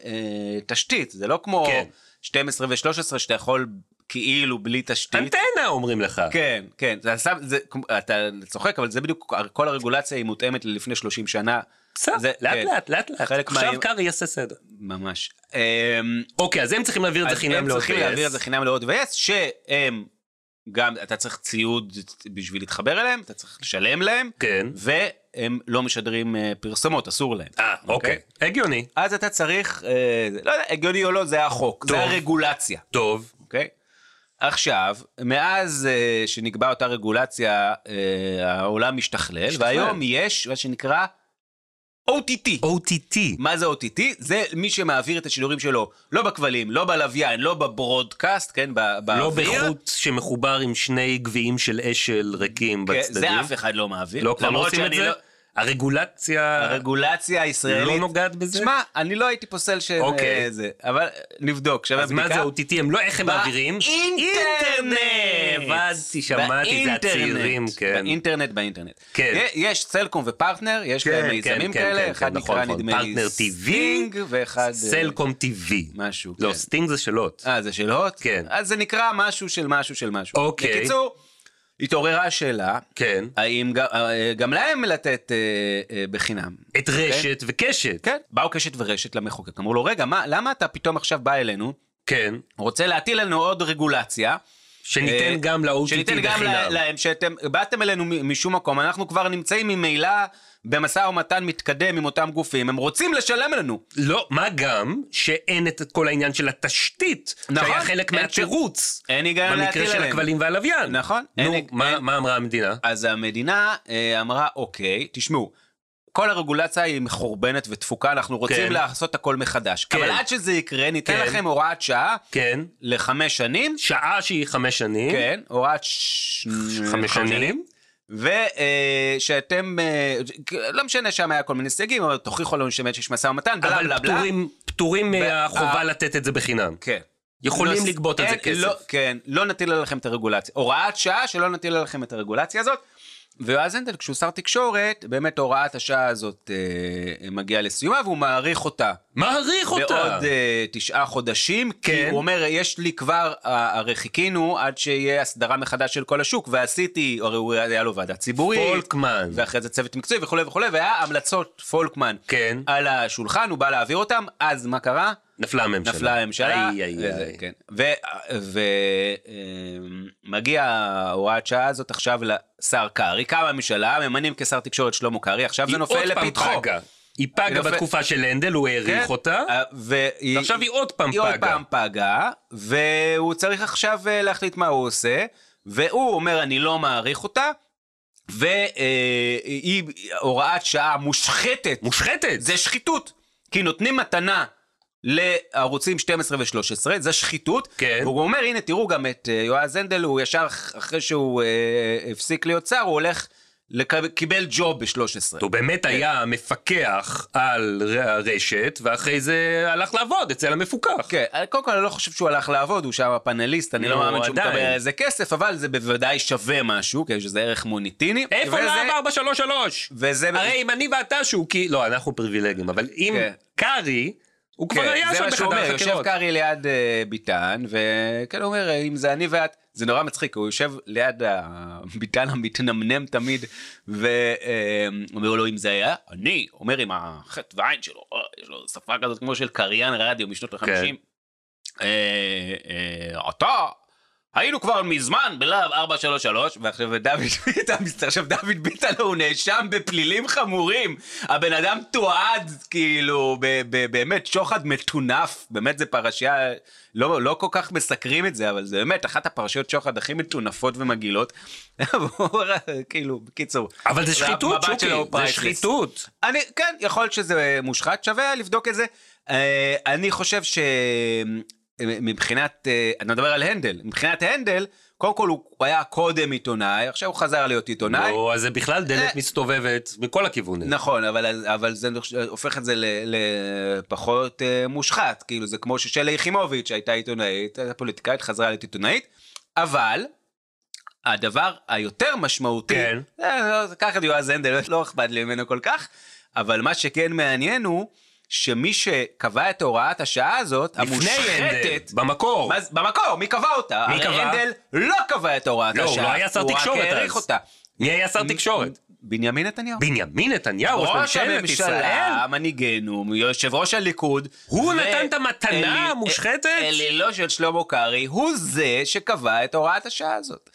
S2: אה, תשתית, זה לא כמו
S5: כן.
S2: 12 ו-13 שאתה יכול כאילו בלי תשתית.
S5: אנטנה אומרים לך.
S2: כן, כן, זה, עשה- זה, כמו- אתה צוחק, אבל זה בדיוק, כל הרגולציה היא מותאמת ללפני 30 שנה.
S5: בסדר,
S2: זה-
S5: לאט
S2: כן.
S5: לאט, לאט לאט.
S2: חלק
S5: עכשיו
S2: מה-
S5: קרעי יעשה סדר.
S2: ממש. אמ,
S5: אוקיי, אז הם צריכים להעביר את זה
S2: אז
S5: חינם לא
S2: הם
S5: להוט
S2: צריכים להעביר את זה
S5: ויס.
S2: חינם לא להוט ויס, שהם גם, אתה צריך ציוד בשביל להתחבר אליהם, אתה צריך לשלם להם,
S5: כן.
S2: והם לא משדרים אה, פרסומות, אסור להם.
S5: אה, אוקיי. הגיוני.
S2: אז אתה צריך, אה, לא יודע, הגיוני או לא, זה החוק,
S5: טוב.
S2: זה הרגולציה,
S5: טוב.
S2: אוקיי? עכשיו, מאז אה, שנקבעה אותה רגולציה, אה, העולם משתכלל,
S5: משתכלל.
S2: והיום יש מה שנקרא OTT.
S5: OTT.
S2: מה זה OTT? זה מי שמעביר את השידורים שלו, לא בכבלים, לא בלוויין, לא בברודקאסט, כן, ב-
S5: לא
S2: באוויר.
S5: בחוט שמחובר עם שני גביעים של אשל ריקים
S2: כן,
S5: בצדדים.
S2: זה אף אחד לא מעביר.
S5: לא, כבר לא
S2: למרות
S5: עושים את
S2: שאני
S5: זה?
S2: לא-
S5: הרגולציה
S2: הרגולציה הישראלית...
S5: לא נוגעת בזה?
S2: שמע, אני לא הייתי פוסל ש...
S5: אוקיי.
S2: אה, זה, אבל נבדוק, שווה
S5: אז מה זה
S2: בדיקה.
S5: OTT? הם לא איך הם מעבירים?
S2: באינטרנט!
S5: הבנתי, שמעתי, זה
S2: באינטרנט.
S5: הצעירים, כן.
S2: באינטרנט, באינטרנט.
S5: כן.
S2: י- יש סלקום ופרטנר, יש להם כן, מיזמים כאלה, אחד נקרא נדמה לי
S5: כן, נכון, פרטנר TV,
S2: סטינג, ואחד... אה,
S5: סלקום TV.
S2: משהו,
S5: לא,
S2: כן.
S5: סטינג זה של הוט.
S2: אה, זה של הוט?
S5: כן.
S2: אז זה נקרא משהו של משהו של משהו.
S5: אוקיי.
S2: בקיצור, התעוררה השאלה,
S5: כן.
S2: האם גם- אה, גם להם לתת אה, אה, בחינם?
S5: את רשת וקשת.
S2: כן. באו קשת ורשת למחוקק, אמרו לו, רגע, מה- למה אתה פתאום עכשיו בא אלינו,
S5: כן.
S2: רוצה להטיל עלינו עוד רגולציה?
S5: שניתן
S2: אה,
S5: גם ל-OTT
S2: שניתן גם ל-
S5: בחינם.
S2: להם, שאתם באתם אלינו מ- משום מקום, אנחנו כבר נמצאים ממילא במשא ומתן מתקדם עם אותם גופים, הם רוצים לשלם לנו.
S5: לא, מה גם שאין את כל העניין של התשתית,
S2: נכון,
S5: שהיה חלק
S2: אין-
S5: מהתירוץ.
S2: אין היגיון להטיל
S5: במקרה של
S2: עליהם.
S5: הכבלים והלוויין.
S2: נכון,
S5: נו,
S2: אין-
S5: מה-
S2: אין-
S5: מה אמרה המדינה?
S2: אז המדינה אה, אמרה, אוקיי, תשמעו, כל הרגולציה היא מחורבנת ותפוקה, אנחנו רוצים
S5: כן.
S2: לעשות הכל מחדש.
S5: כן.
S2: אבל עד שזה יקרה, ניתן
S5: כן.
S2: לכם הוראת שעה
S5: כן.
S2: לחמש שנים.
S5: שעה שהיא חמש שנים.
S2: כן, הוראת ש...
S5: חמש שנים.
S2: אה, ושאתם, לא משנה שם היה כל מיני סייגים, אבל תוכיחו לנו שבאמת שיש משא ומתן, בלה
S5: אבל
S2: בלה בלה.
S5: פטורים- פטורים מהחובה לתת את זה בחינם.
S2: כן.
S5: יכולים
S2: לא-
S5: לגבות על זה
S2: אין-
S5: כסף.
S2: לא, כן, לא נטיל עליכם את הרגולציה. הוראת שעה שלא נטיל עליכם את הרגולציה הזאת. ויועז הנדל, כשהוא שר תקשורת, באמת הוראת השעה הזאת אה, מגיעה לסיומה, והוא מאריך אותה.
S5: מעריך אותה.
S2: בעוד אה, תשעה חודשים, כי
S5: כן.
S2: הוא אומר, יש לי כבר, אה, הרי חיכינו עד שיהיה הסדרה מחדש של כל השוק, ועשיתי, הרי הוא היה לו ועדה ציבורית,
S5: פולקמן.
S2: ואחרי זה צוות מקצועי וכולי וכולי, והיה המלצות פולקמן
S5: כן.
S2: על השולחן, הוא בא להעביר אותם, אז מה קרה?
S5: נפלה הממשלה.
S2: נפלה הממשלה.
S5: איי, איי,
S2: וזה,
S5: איי.
S2: כן. ומגיע הוראת שעה הזאת עכשיו לשר קרעי, קמה הממשלה, ממנים כשר תקשורת שלמה קרעי, עכשיו זה
S5: היא
S2: נופל
S5: עוד פעם
S2: לפתחו.
S5: פגה. היא פגה
S2: נופל-
S5: בתקופה של הנדל, הוא
S2: כן?
S5: העריך אותה.
S2: אה, והיא-
S5: ועכשיו היא עוד פעם
S2: היא עוד
S5: פגה.
S2: פעם פגה, והוא צריך עכשיו אה, להחליט מה הוא עושה, והוא אומר, אני לא מעריך אותה, והיא הוראת שעה מושחתת.
S5: מושחתת.
S2: זה שחיתות. כי נותנים מתנה לערוצים 12 ו-13, זה שחיתות.
S5: כן.
S2: והוא אומר, הנה, תראו גם את אה, יועז הנדל, הוא ישר אח- אחרי שהוא אה, הפסיק להיות שר, הוא הולך, לקב- קיבל ג'וב ב-13.
S5: הוא
S2: כן.
S5: באמת היה מפקח על ר- הרשת, ואחרי זה הלך לעבוד אצל המפוקח.
S2: כן, אה, קודם כל אני לא חושב שהוא הלך לעבוד, הוא שם הפאנליסט, אני לא
S5: נו,
S2: מאמין שהוא
S5: עדיין.
S2: מקבל על זה כסף, אבל זה בוודאי שווה משהו, כי יש לזה ערך מוניטיני.
S5: איפה
S2: וזה-
S5: להב 433?
S2: וזה...
S5: הרי אם אני ואתה שהוא כי... לא, אנחנו פריבילגים, אבל אם
S2: כן.
S5: קרעי, הוא כבר
S2: כן,
S5: היה
S2: זה
S5: שם
S2: מה שהוא
S5: בחדר
S2: אומר, יושב
S5: החקירות.
S2: קרעי ליד אה, ביטן, וכן הוא אומר, אם זה אני ואת, זה נורא מצחיק, הוא יושב ליד ה- ביטן המתנמנם תמיד, ואומר לו, אם זה היה אני, אומר עם החטא והעין שלו, "אה, יש לו שפה כזאת כמו של קריין רדיו
S5: כן.
S2: משנות ה-50, אתה... היינו כבר מזמן בלהב 433, ועכשיו דוד ביטן, עכשיו דוד ביטן הוא נאשם בפלילים חמורים. הבן אדם תועד, כאילו, ב- ב- באמת שוחד מטונף, באמת זה פרשייה, לא, לא כל כך מסקרים את זה, אבל זה באמת אחת הפרשיות שוחד הכי מטונפות ומגעילות. והוא, כאילו, בקיצור.
S5: אבל זה שחיתות,
S2: המבט
S5: שוקי,
S2: שלו הוא
S5: זה
S2: priceless.
S5: שחיתות.
S2: אני, כן, יכול להיות שזה מושחת, שווה לבדוק את זה. אה, אני חושב שמבחינת, אה, אני מדבר על הנדל, מבחינת הנדל, קודם כל הוא הוא היה קודם עיתונאי, עכשיו הוא חזר להיות עיתונאי.
S5: לא, אז זה בכלל
S2: אה.
S5: דלת מסתובבת בכל הכיוונים.
S2: נכון, אבל, אבל זה הופך את זה ל- לפחות אה, מושחת, כאילו זה כמו ששלי יחימוביץ' הייתה עיתונאית, הייתה פוליטיקאית, חזרה להיות עיתונאית, אבל הדבר היותר משמעותי,
S5: כן.
S2: אה, לא, זה ככה את יועז הנדל, לא אכפת לי ממנו כל כך, אבל מה שכן מעניין הוא, שמי שקבע את הוראת השעה הזאת,
S5: לפני הנדל,
S2: המושחתת,
S5: במקור.
S2: נכון, מה זה- במקור, מי קבע אותה?
S5: מי
S2: הרי
S5: קבע?
S2: הנדל לא קבע את הוראת
S5: לא, הוא
S2: השעה,
S5: לא היה שר
S2: הוא
S5: תקשורת
S2: רק העריך
S5: אז.
S2: אותה.
S5: מי היה שר תקשורת?
S2: בנימין נתניהו.
S5: בנימין נתניהו, ראש ממשלת ישראל.
S2: מנהיגנו, יושב ראש הליכוד.
S5: הוא נתן את המתנה
S2: אלי-
S5: המושחתת?
S2: אלילו של שלמה קרעי, הוא זה שקבע את הוראת השעה הזאת.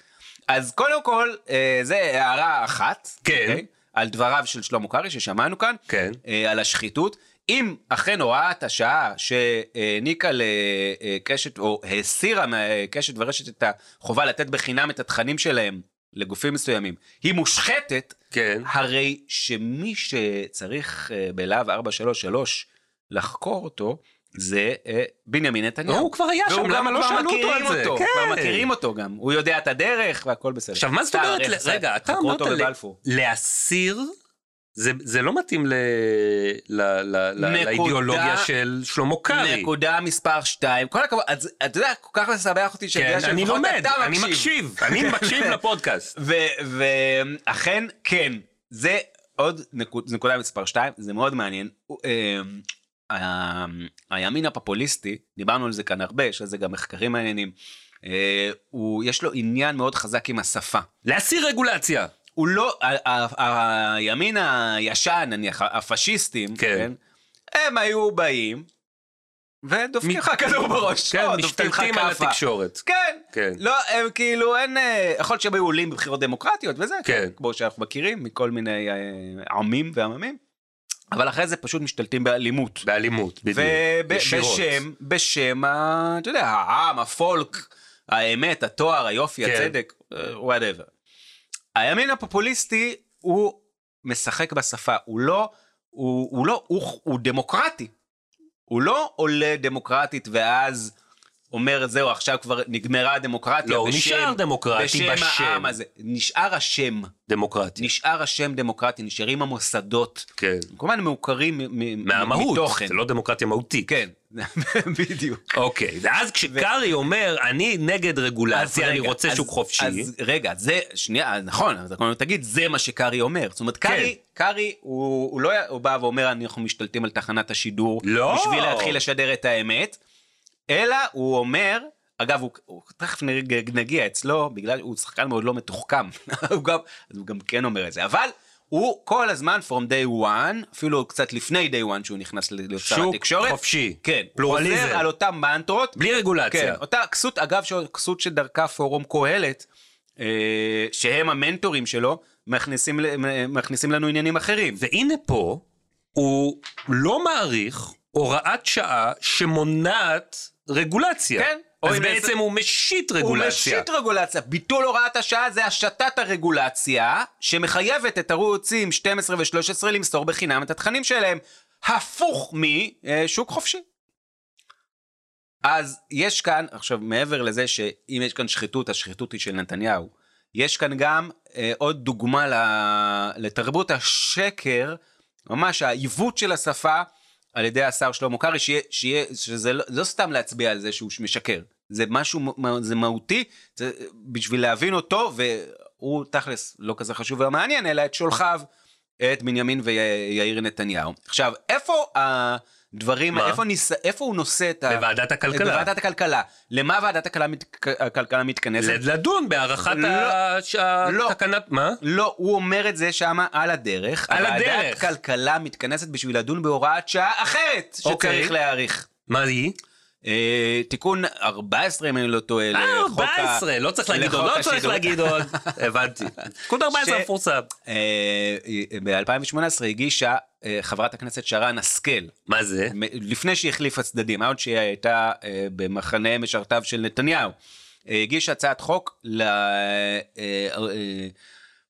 S2: אז קודם כל, אה, זה הערה אחת.
S5: כן.
S2: אוקיי? על דבריו של שלמה קרעי ששמענו כאן.
S5: כן.
S2: אה, על השחיתות. אם אכן הוראת השעה שהעניקה לקשת, או הסירה מקשת ורשת את החובה לתת בחינם את התכנים שלהם לגופים מסוימים, היא מושחתת,
S5: כן.
S2: הרי שמי שצריך אה, בלהב 433 לחקור אותו, זה אה, בנימין נתניהו.
S5: הוא כבר היה שם,
S2: והוא גם
S5: למה לא
S2: כבר
S5: שאלו אותו
S2: מכירים
S5: על זה?
S2: אותו,
S5: כן.
S2: כבר מכירים אותו גם, הוא יודע את הדרך והכל בסדר.
S5: עכשיו, מה זאת
S2: סער,
S5: אומרת?
S2: איך
S5: ל-
S2: עשה-
S5: רגע, אתה
S2: חקרו
S5: אמרת
S2: אותו
S5: ל-
S2: בבלפור.
S5: להסיר, זה, זה לא מתאים ל, ל, ל, ל,
S2: נקודה-
S5: לאידיאולוגיה של שלמה קרעי.
S2: נקודה מספר 2. כל הכבוד, אז אתה יודע, כל כך משמח אותי
S5: כן,
S2: שהגיע
S5: אני
S2: שלפחות
S5: לומד,
S2: אתה
S5: אני מקשיב, אני מקשיב לפודקאסט.
S2: ואכן, כן, זה עוד נקוד- זה נקודה מספר 2, זה מאוד מעניין. הוא, אמ, ה- הימין הפופוליסטי, דיברנו על זה כאן הרבה, יש על זה גם מחקרים מעניינים, אה, הוא- יש לו עניין מאוד חזק עם השפה.
S5: להסיר רגולציה.
S2: הוא לא, ה- ה- ה- הימין הישן נניח, הפשיסטים,
S5: כן.
S2: כן, הם היו באים ודופקים
S5: מ-
S2: לך כדור בראש,
S5: כן,
S2: או, דופקים לך
S5: משתלטים על
S2: כאפה.
S5: התקשורת.
S2: כן,
S5: כן.
S2: לא, הם כאילו אין, אה, יכול להיות שהם היו עולים בבחירות דמוקרטיות וזה,
S5: כן.
S2: כמו שאנחנו מכירים מכל מיני אה, עמים ועממים, אבל אחרי זה פשוט משתלטים באלימות.
S5: באלימות, בדיוק.
S2: כן,
S5: ישירות.
S2: ובשם, בשם, ה- אתה יודע, העם, הפולק, האמת, התואר, היופי,
S5: כן.
S2: הצדק, וואטאבר. הימין הפופוליסטי, הוא משחק בשפה, הוא לא, הוא, הוא לא, הוא, הוא דמוקרטי. הוא לא עולה דמוקרטית ואז אומר זהו עכשיו כבר נגמרה הדמוקרטיה
S5: לא, הוא נשאר דמוקרטי
S2: בשם
S5: בשם.
S2: העם הזה. נשאר השם,
S5: דמוקרטיה.
S2: נשאר השם דמוקרטי, נשארים המוסדות.
S5: כן.
S2: הם כמובן מעוקרים מ- מ-
S5: מהמהות,
S2: מתוכן.
S5: זה לא דמוקרטיה מהותית.
S2: כן, בדיוק.
S5: אוקיי, ואז כשקרעי אומר, אני נגד
S2: אז
S5: רגולציה, אני
S2: רגע,
S5: רוצה
S2: אז-
S5: שוק חופשי.
S2: אז רגע, זה, שנייה, אז נכון, אז אנחנו תגיד, זה מה שקארי אומר. זאת אומרת, קארי,
S5: כן.
S2: קארי, הוא הוא לא, היה- הוא בא ואומר, אנחנו משתלטים על תחנת השידור,
S5: לא.
S2: בשביל להתחיל לשדר את האמת, אלא הוא אומר, אגב, הוא, הוא תכף נג- נגיע אצלו, בגלל, הוא שחקן מאוד לא מתוחכם, הוא גם, אז הוא גם כן אומר את זה, אבל... הוא כל הזמן from day one, אפילו קצת לפני day one שהוא נכנס להיות שר
S5: שוק
S2: התקשורת.
S5: חופשי.
S2: כן.
S5: פלורליזם.
S2: חוזר על אותן מנטרות.
S5: בלי רגולציה.
S2: כן, אותה כסות, אגב, ש- כסות שדרכה פורום קהלת, אה, שהם המנטורים שלו, מכניסים, ל- מ- מכניסים לנו עניינים אחרים.
S5: והנה פה, הוא לא מעריך הוראת שעה שמונעת רגולציה.
S2: כן. או
S5: אז
S2: אם
S5: בעצם הוא משית
S2: הוא
S5: רגולציה.
S2: משית רגולציה. ביטול הוראת השעה זה השתת הרגולציה, שמחייבת את ערוצים 12 ו-13 למסור בחינם את התכנים שלהם. הפוך משוק חופשי. אז יש כאן, עכשיו מעבר לזה שאם יש כאן שחיתות, השחיתות היא של נתניהו. יש כאן גם אה, עוד דוגמה ל- לתרבות השקר, ממש העיוות של השפה על ידי השר שלמה קרעי, שיה, שיה, שזה לא, לא סתם להצביע על זה שהוא משקר, זה משהו, מ- זה מהותי, זה, בשביל להבין אותו, והוא תכלס לא כזה חשוב ומעניין, אלא את שולחיו, את בנימין ויאיר נתניהו. עכשיו, איפה הדברים,
S5: מה?
S2: איפה, ניס, איפה הוא נושא את ה...
S5: בוועדת הכלכלה.
S2: בוועדת הכלכלה. למה ועדת הכלכלה, מת, הכלכלה מתכנסת?
S5: לדון בהארכת
S2: לא.
S5: הש-
S2: לא.
S5: התקנת... מה?
S2: לא, הוא אומר את זה שמה על הדרך.
S5: על
S2: ועדת
S5: הדרך.
S2: כלכלה מתכנסת בשביל לדון בהוראת שעה אחרת
S5: אוקיי.
S2: שצריך להאריך.
S5: מה היא?
S2: אה, תיקון 14 אם אני לא טועה
S5: אה,
S2: לחוק ה-
S5: 14, לא צריך להגיד
S2: לחוק
S5: עוד, לא צריך
S2: השידור.
S5: להגיד עוד. הבנתי. תיקון 14
S2: ש-
S5: מפורסם.
S2: אה, ב-2018 הגישה אה, חברת הכנסת שרן השכל,
S5: מה זה?
S2: מ- לפני שהיא החליפה צדדים, עוד שהיא הייתה אה, במחנה משרתיו של נתניהו, אה, הגיש הצעת חוק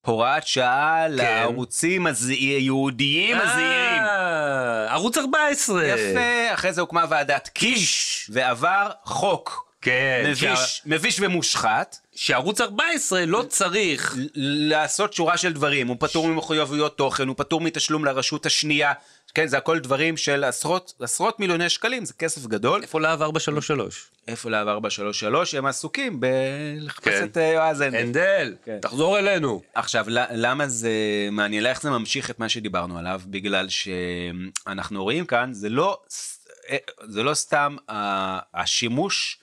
S2: להוראת שעה
S5: כן.
S2: לערוצים הז- היהודיים הזעירים.
S5: אה, ערוץ 14.
S2: יפה, אחרי זה הוקמה ועדת קיש, ועבר חוק
S5: כן. שה-
S2: מביש- מביש ומושחת.
S5: שערוץ 14 לא צריך.
S2: ל- לעשות שורה של דברים, הוא פטור ממחויבויות תוכן, הוא פטור מתשלום לרשות השנייה, כן, זה הכל דברים של עשרות, עשרות מיליוני שקלים, זה כסף גדול.
S5: איפה להב 433?
S2: איפה להב 433? הם עסוקים בלחפש
S5: כן.
S2: את אה, יועז הנדל.
S5: הנדל,
S2: כן.
S5: תחזור אלינו.
S2: עכשיו, ל- למה זה מעניין? איך זה ממשיך את מה שדיברנו עליו? בגלל שאנחנו רואים כאן, זה לא, ס- אה, זה לא סתם ה- השימוש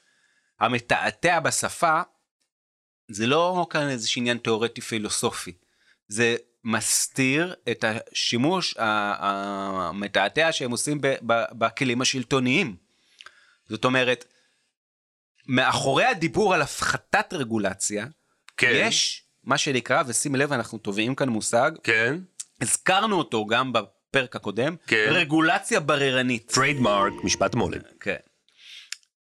S2: המתעתע בשפה, זה לא כאן איזשהו עניין תיאורטי פילוסופי. זה מסתיר את השימוש ה- ה- המתעתע שהם עושים ב- ב- בכלים השלטוניים. זאת אומרת, מאחורי הדיבור על הפחתת רגולציה, כן. יש מה שנקרא, ושים לב, אנחנו תובעים כאן מושג,
S5: כן.
S2: הזכרנו אותו גם בפרק הקודם,
S5: כן.
S2: רגולציה בררנית.
S5: טריידמרק, משפט מולם.
S2: כן.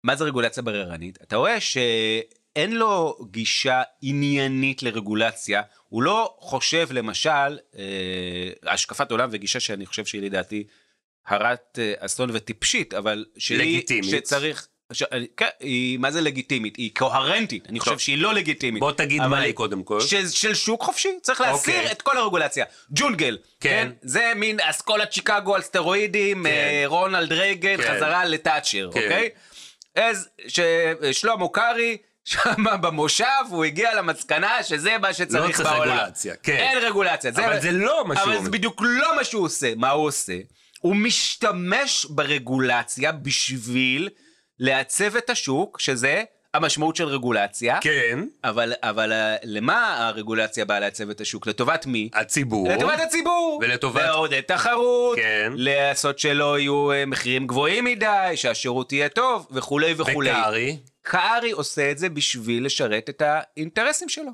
S2: מה זה רגולציה בררנית? אתה רואה שאין לו גישה עניינית לרגולציה, הוא לא חושב למשל, אה, השקפת עולם וגישה שאני חושב שהיא לדעתי הרת אה, אסון וטיפשית, אבל שהיא,
S5: לגיטימית.
S2: שצריך, ש... כן, היא מה זה לגיטימית? היא קוהרנטית, אני חושב שהיא לא לגיטימית.
S5: בוא תגיד
S2: אבל
S5: מה
S2: היא-
S5: היא קודם כל.
S2: של, של שוק חופשי, צריך להסיר
S5: אוקיי.
S2: את כל הרגולציה. ג'ונגל,
S5: כן.
S2: כן. זה מין אסכולת שיקגו על סטרואידים,
S5: כן.
S2: אה, רונלד רייגן,
S5: כן.
S2: חזרה לתאצ'ר,
S5: כן.
S2: אוקיי? אז ש- אה, שלמה קרעי, שם במושב, הוא הגיע למסקנה שזה מה
S5: לא
S2: שצריך
S5: צריך
S2: בעולם.
S5: רגולציה, כן.
S2: אין רגולציה.
S5: אבל זה לא מה שהוא
S2: אבל
S5: אומר.
S2: זה בדיוק לא מה שהוא עושה. מה הוא עושה? הוא משתמש ברגולציה בשביל לעצב את השוק, שזה המשמעות של רגולציה.
S5: כן,
S2: אבל, אבל אה, למה הרגולציה באה לעצב את השוק? לטובת מי?
S5: הציבור.
S2: לטובת הציבור.
S5: ולטובת-
S2: לעודד תחרות.
S5: כן.
S2: לעשות שלא יהיו אה, מחירים גבוהים מדי, שהשירות יהיה טוב, וכולי וכולי.
S5: וקרעי,
S2: קרעי עושה את זה בשביל לשרת את האינטרסים שלו.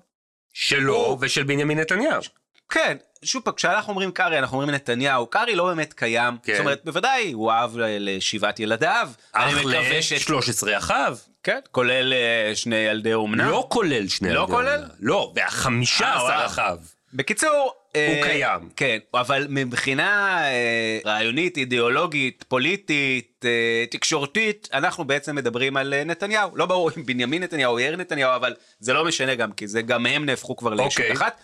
S5: שלו ושל בנימין נתניהו.
S2: כן, שוב פעם, כשאנחנו אומרים קרעי, אנחנו אומרים נתניהו, קרעי לא באמת קיים.
S5: כן.
S2: זאת אומרת, בוודאי, הוא אב ל- לשבעת ילדיו.
S5: אח
S2: אני מקווה ש...
S5: ל-13 אחיו.
S2: כן, כולל אה, שני ילדי אומנה.
S5: לא כולל שני
S2: לא
S5: ילדי
S2: כולל?
S5: אומנה. לא, והחמישה
S2: אה,
S5: עשר
S2: וואו.
S5: אחיו.
S2: בקיצור... אה,
S5: קיים.
S2: כן, אבל מבחינה אה, רעיונית, אידיאולוגית, פוליטית, אה, תקשורתית, אנחנו בעצם מדברים על אה, נתניהו. לא ברור אם בנימין נתניהו או יאיר נתניהו, אבל זה לא משנה גם, כי זה גם הם נהפכו כבר לישות
S5: אוקיי.
S2: אחת.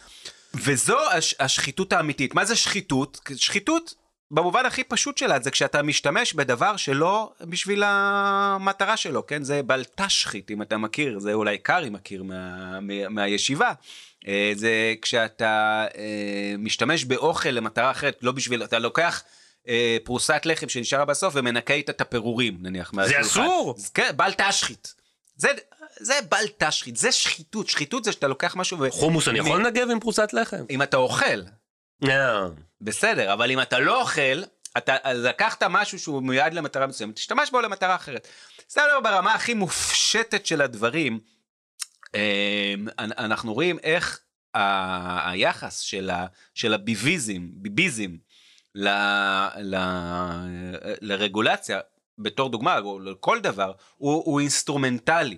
S2: וזו הש, השחיתות האמיתית. מה זה שחיתות? שחיתות, במובן הכי פשוט שלה, זה כשאתה משתמש בדבר שלא בשביל המטרה שלו, כן? זה בלטשחית, אם אתה מכיר, זה אולי קרעי מכיר מה, מה, מהישיבה. אה, זה כשאתה אה, משתמש באוכל למטרה אחרת, לא בשביל, אתה לוקח... אה, פרוסת לחם שנשארה בסוף ומנקה איתה את הפירורים נניח מהשולחן.
S5: אסור!
S2: אז כן, בל תשחית. זה, זה בל תשחית, זה שחיתות, שחיתות זה שאתה לוקח משהו ו...
S5: חומוס אני יכול לנגב עם פרוסת לחם?
S2: אם אתה אוכל,
S5: אה,
S2: בסדר, אבל אם אתה לא אוכל, אתה אז לקחת משהו שהוא מיועד למטרה מסוימת, תשתמש בו למטרה אחרת. זה לא ברמה הכי מופשטת של הדברים, אמ, אנ- אנחנו רואים איך ה- היחס של, ה, של הביביזם, ביביזם, ל, ל, לרגולציה, בתור דוגמה, או לכל דבר, הוא, הוא אינסטרומנטלי.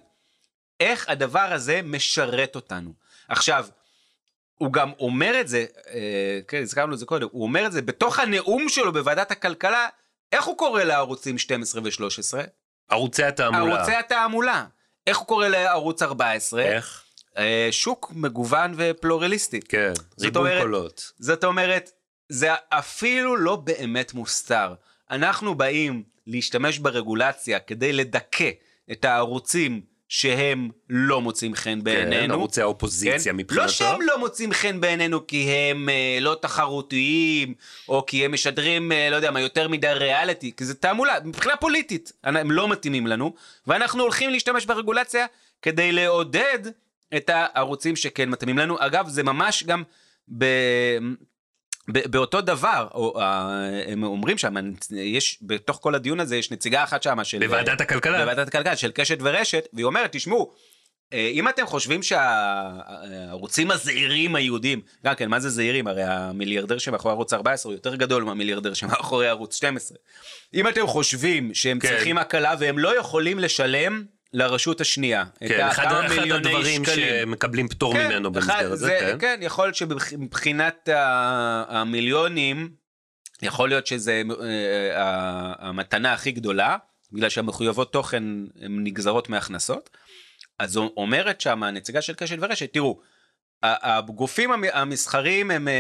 S2: איך הדבר הזה משרת אותנו. עכשיו, הוא גם אומר את זה, אה, כן, הזכרנו את זה קודם, הוא אומר את זה בתוך הנאום שלו בוועדת הכלכלה, איך הוא קורא לערוצים 12 ו-13?
S5: ערוצי התעמולה.
S2: ערוצי התעמולה. איך הוא קורא לערוץ 14?
S5: איך?
S2: אה, שוק מגוון ופלורליסטי.
S5: כן, ריבוי
S2: אומרת-
S5: קולות.
S2: זאת אומרת, זה אפילו לא באמת מוסתר. אנחנו באים להשתמש ברגולציה כדי לדכא את הערוצים שהם לא מוצאים חן בעינינו.
S5: כן, ערוצי האופוזיציה מבחינתו.
S2: לא שהם לא מוצאים חן בעינינו כי הם אה, לא תחרותיים, או כי הם משדרים, אה, לא יודע מה, יותר מדי ריאליטי, כי זה תעמולה, מבחינה פוליטית, אנ- הם לא מתאימים לנו, ואנחנו הולכים להשתמש ברגולציה כדי לעודד את הערוצים שכן מתאימים לנו. אגב, זה ממש גם ב... ב- באותו דבר, או, אה, הם אומרים שם, יש, בתוך כל הדיון הזה יש נציגה אחת שם של... אה,
S5: בוועדת הכלכלה.
S2: לא- בוועדת הכלכלה של קשת ורשת, והיא אומרת, תשמעו, אה, אם אתם חושבים שהערוצים הזעירים היהודים, גם כן, מה זה זעירים? הרי המיליארדר שמאחורי ערוץ 14 הוא יותר גדול מהמיליארדר שמאחורי ערוץ 12. אם אתם חושבים שהם
S5: כן.
S2: כן. צריכים הקלה והם לא יכולים לשלם לרשות השנייה,
S5: כן,
S2: את
S5: אחד
S2: הכמה
S5: אחד
S2: מיליוני
S5: הדברים
S2: שקלים.
S5: שמקבלים פטור
S2: כן,
S5: ממנו
S2: אחד,
S5: במסגרת זה, כן.
S2: כן, יכול להיות שמבחינת ה- המיליונים, יכול להיות שזה אה, ה- המתנה הכי גדולה, בגלל שהמחויבות תוכן הן נגזרות מהכנסות. אז אומרת שם הנציגה של קשת ורשת, תראו, ה- הגופים המ- המסחריים הם, אה,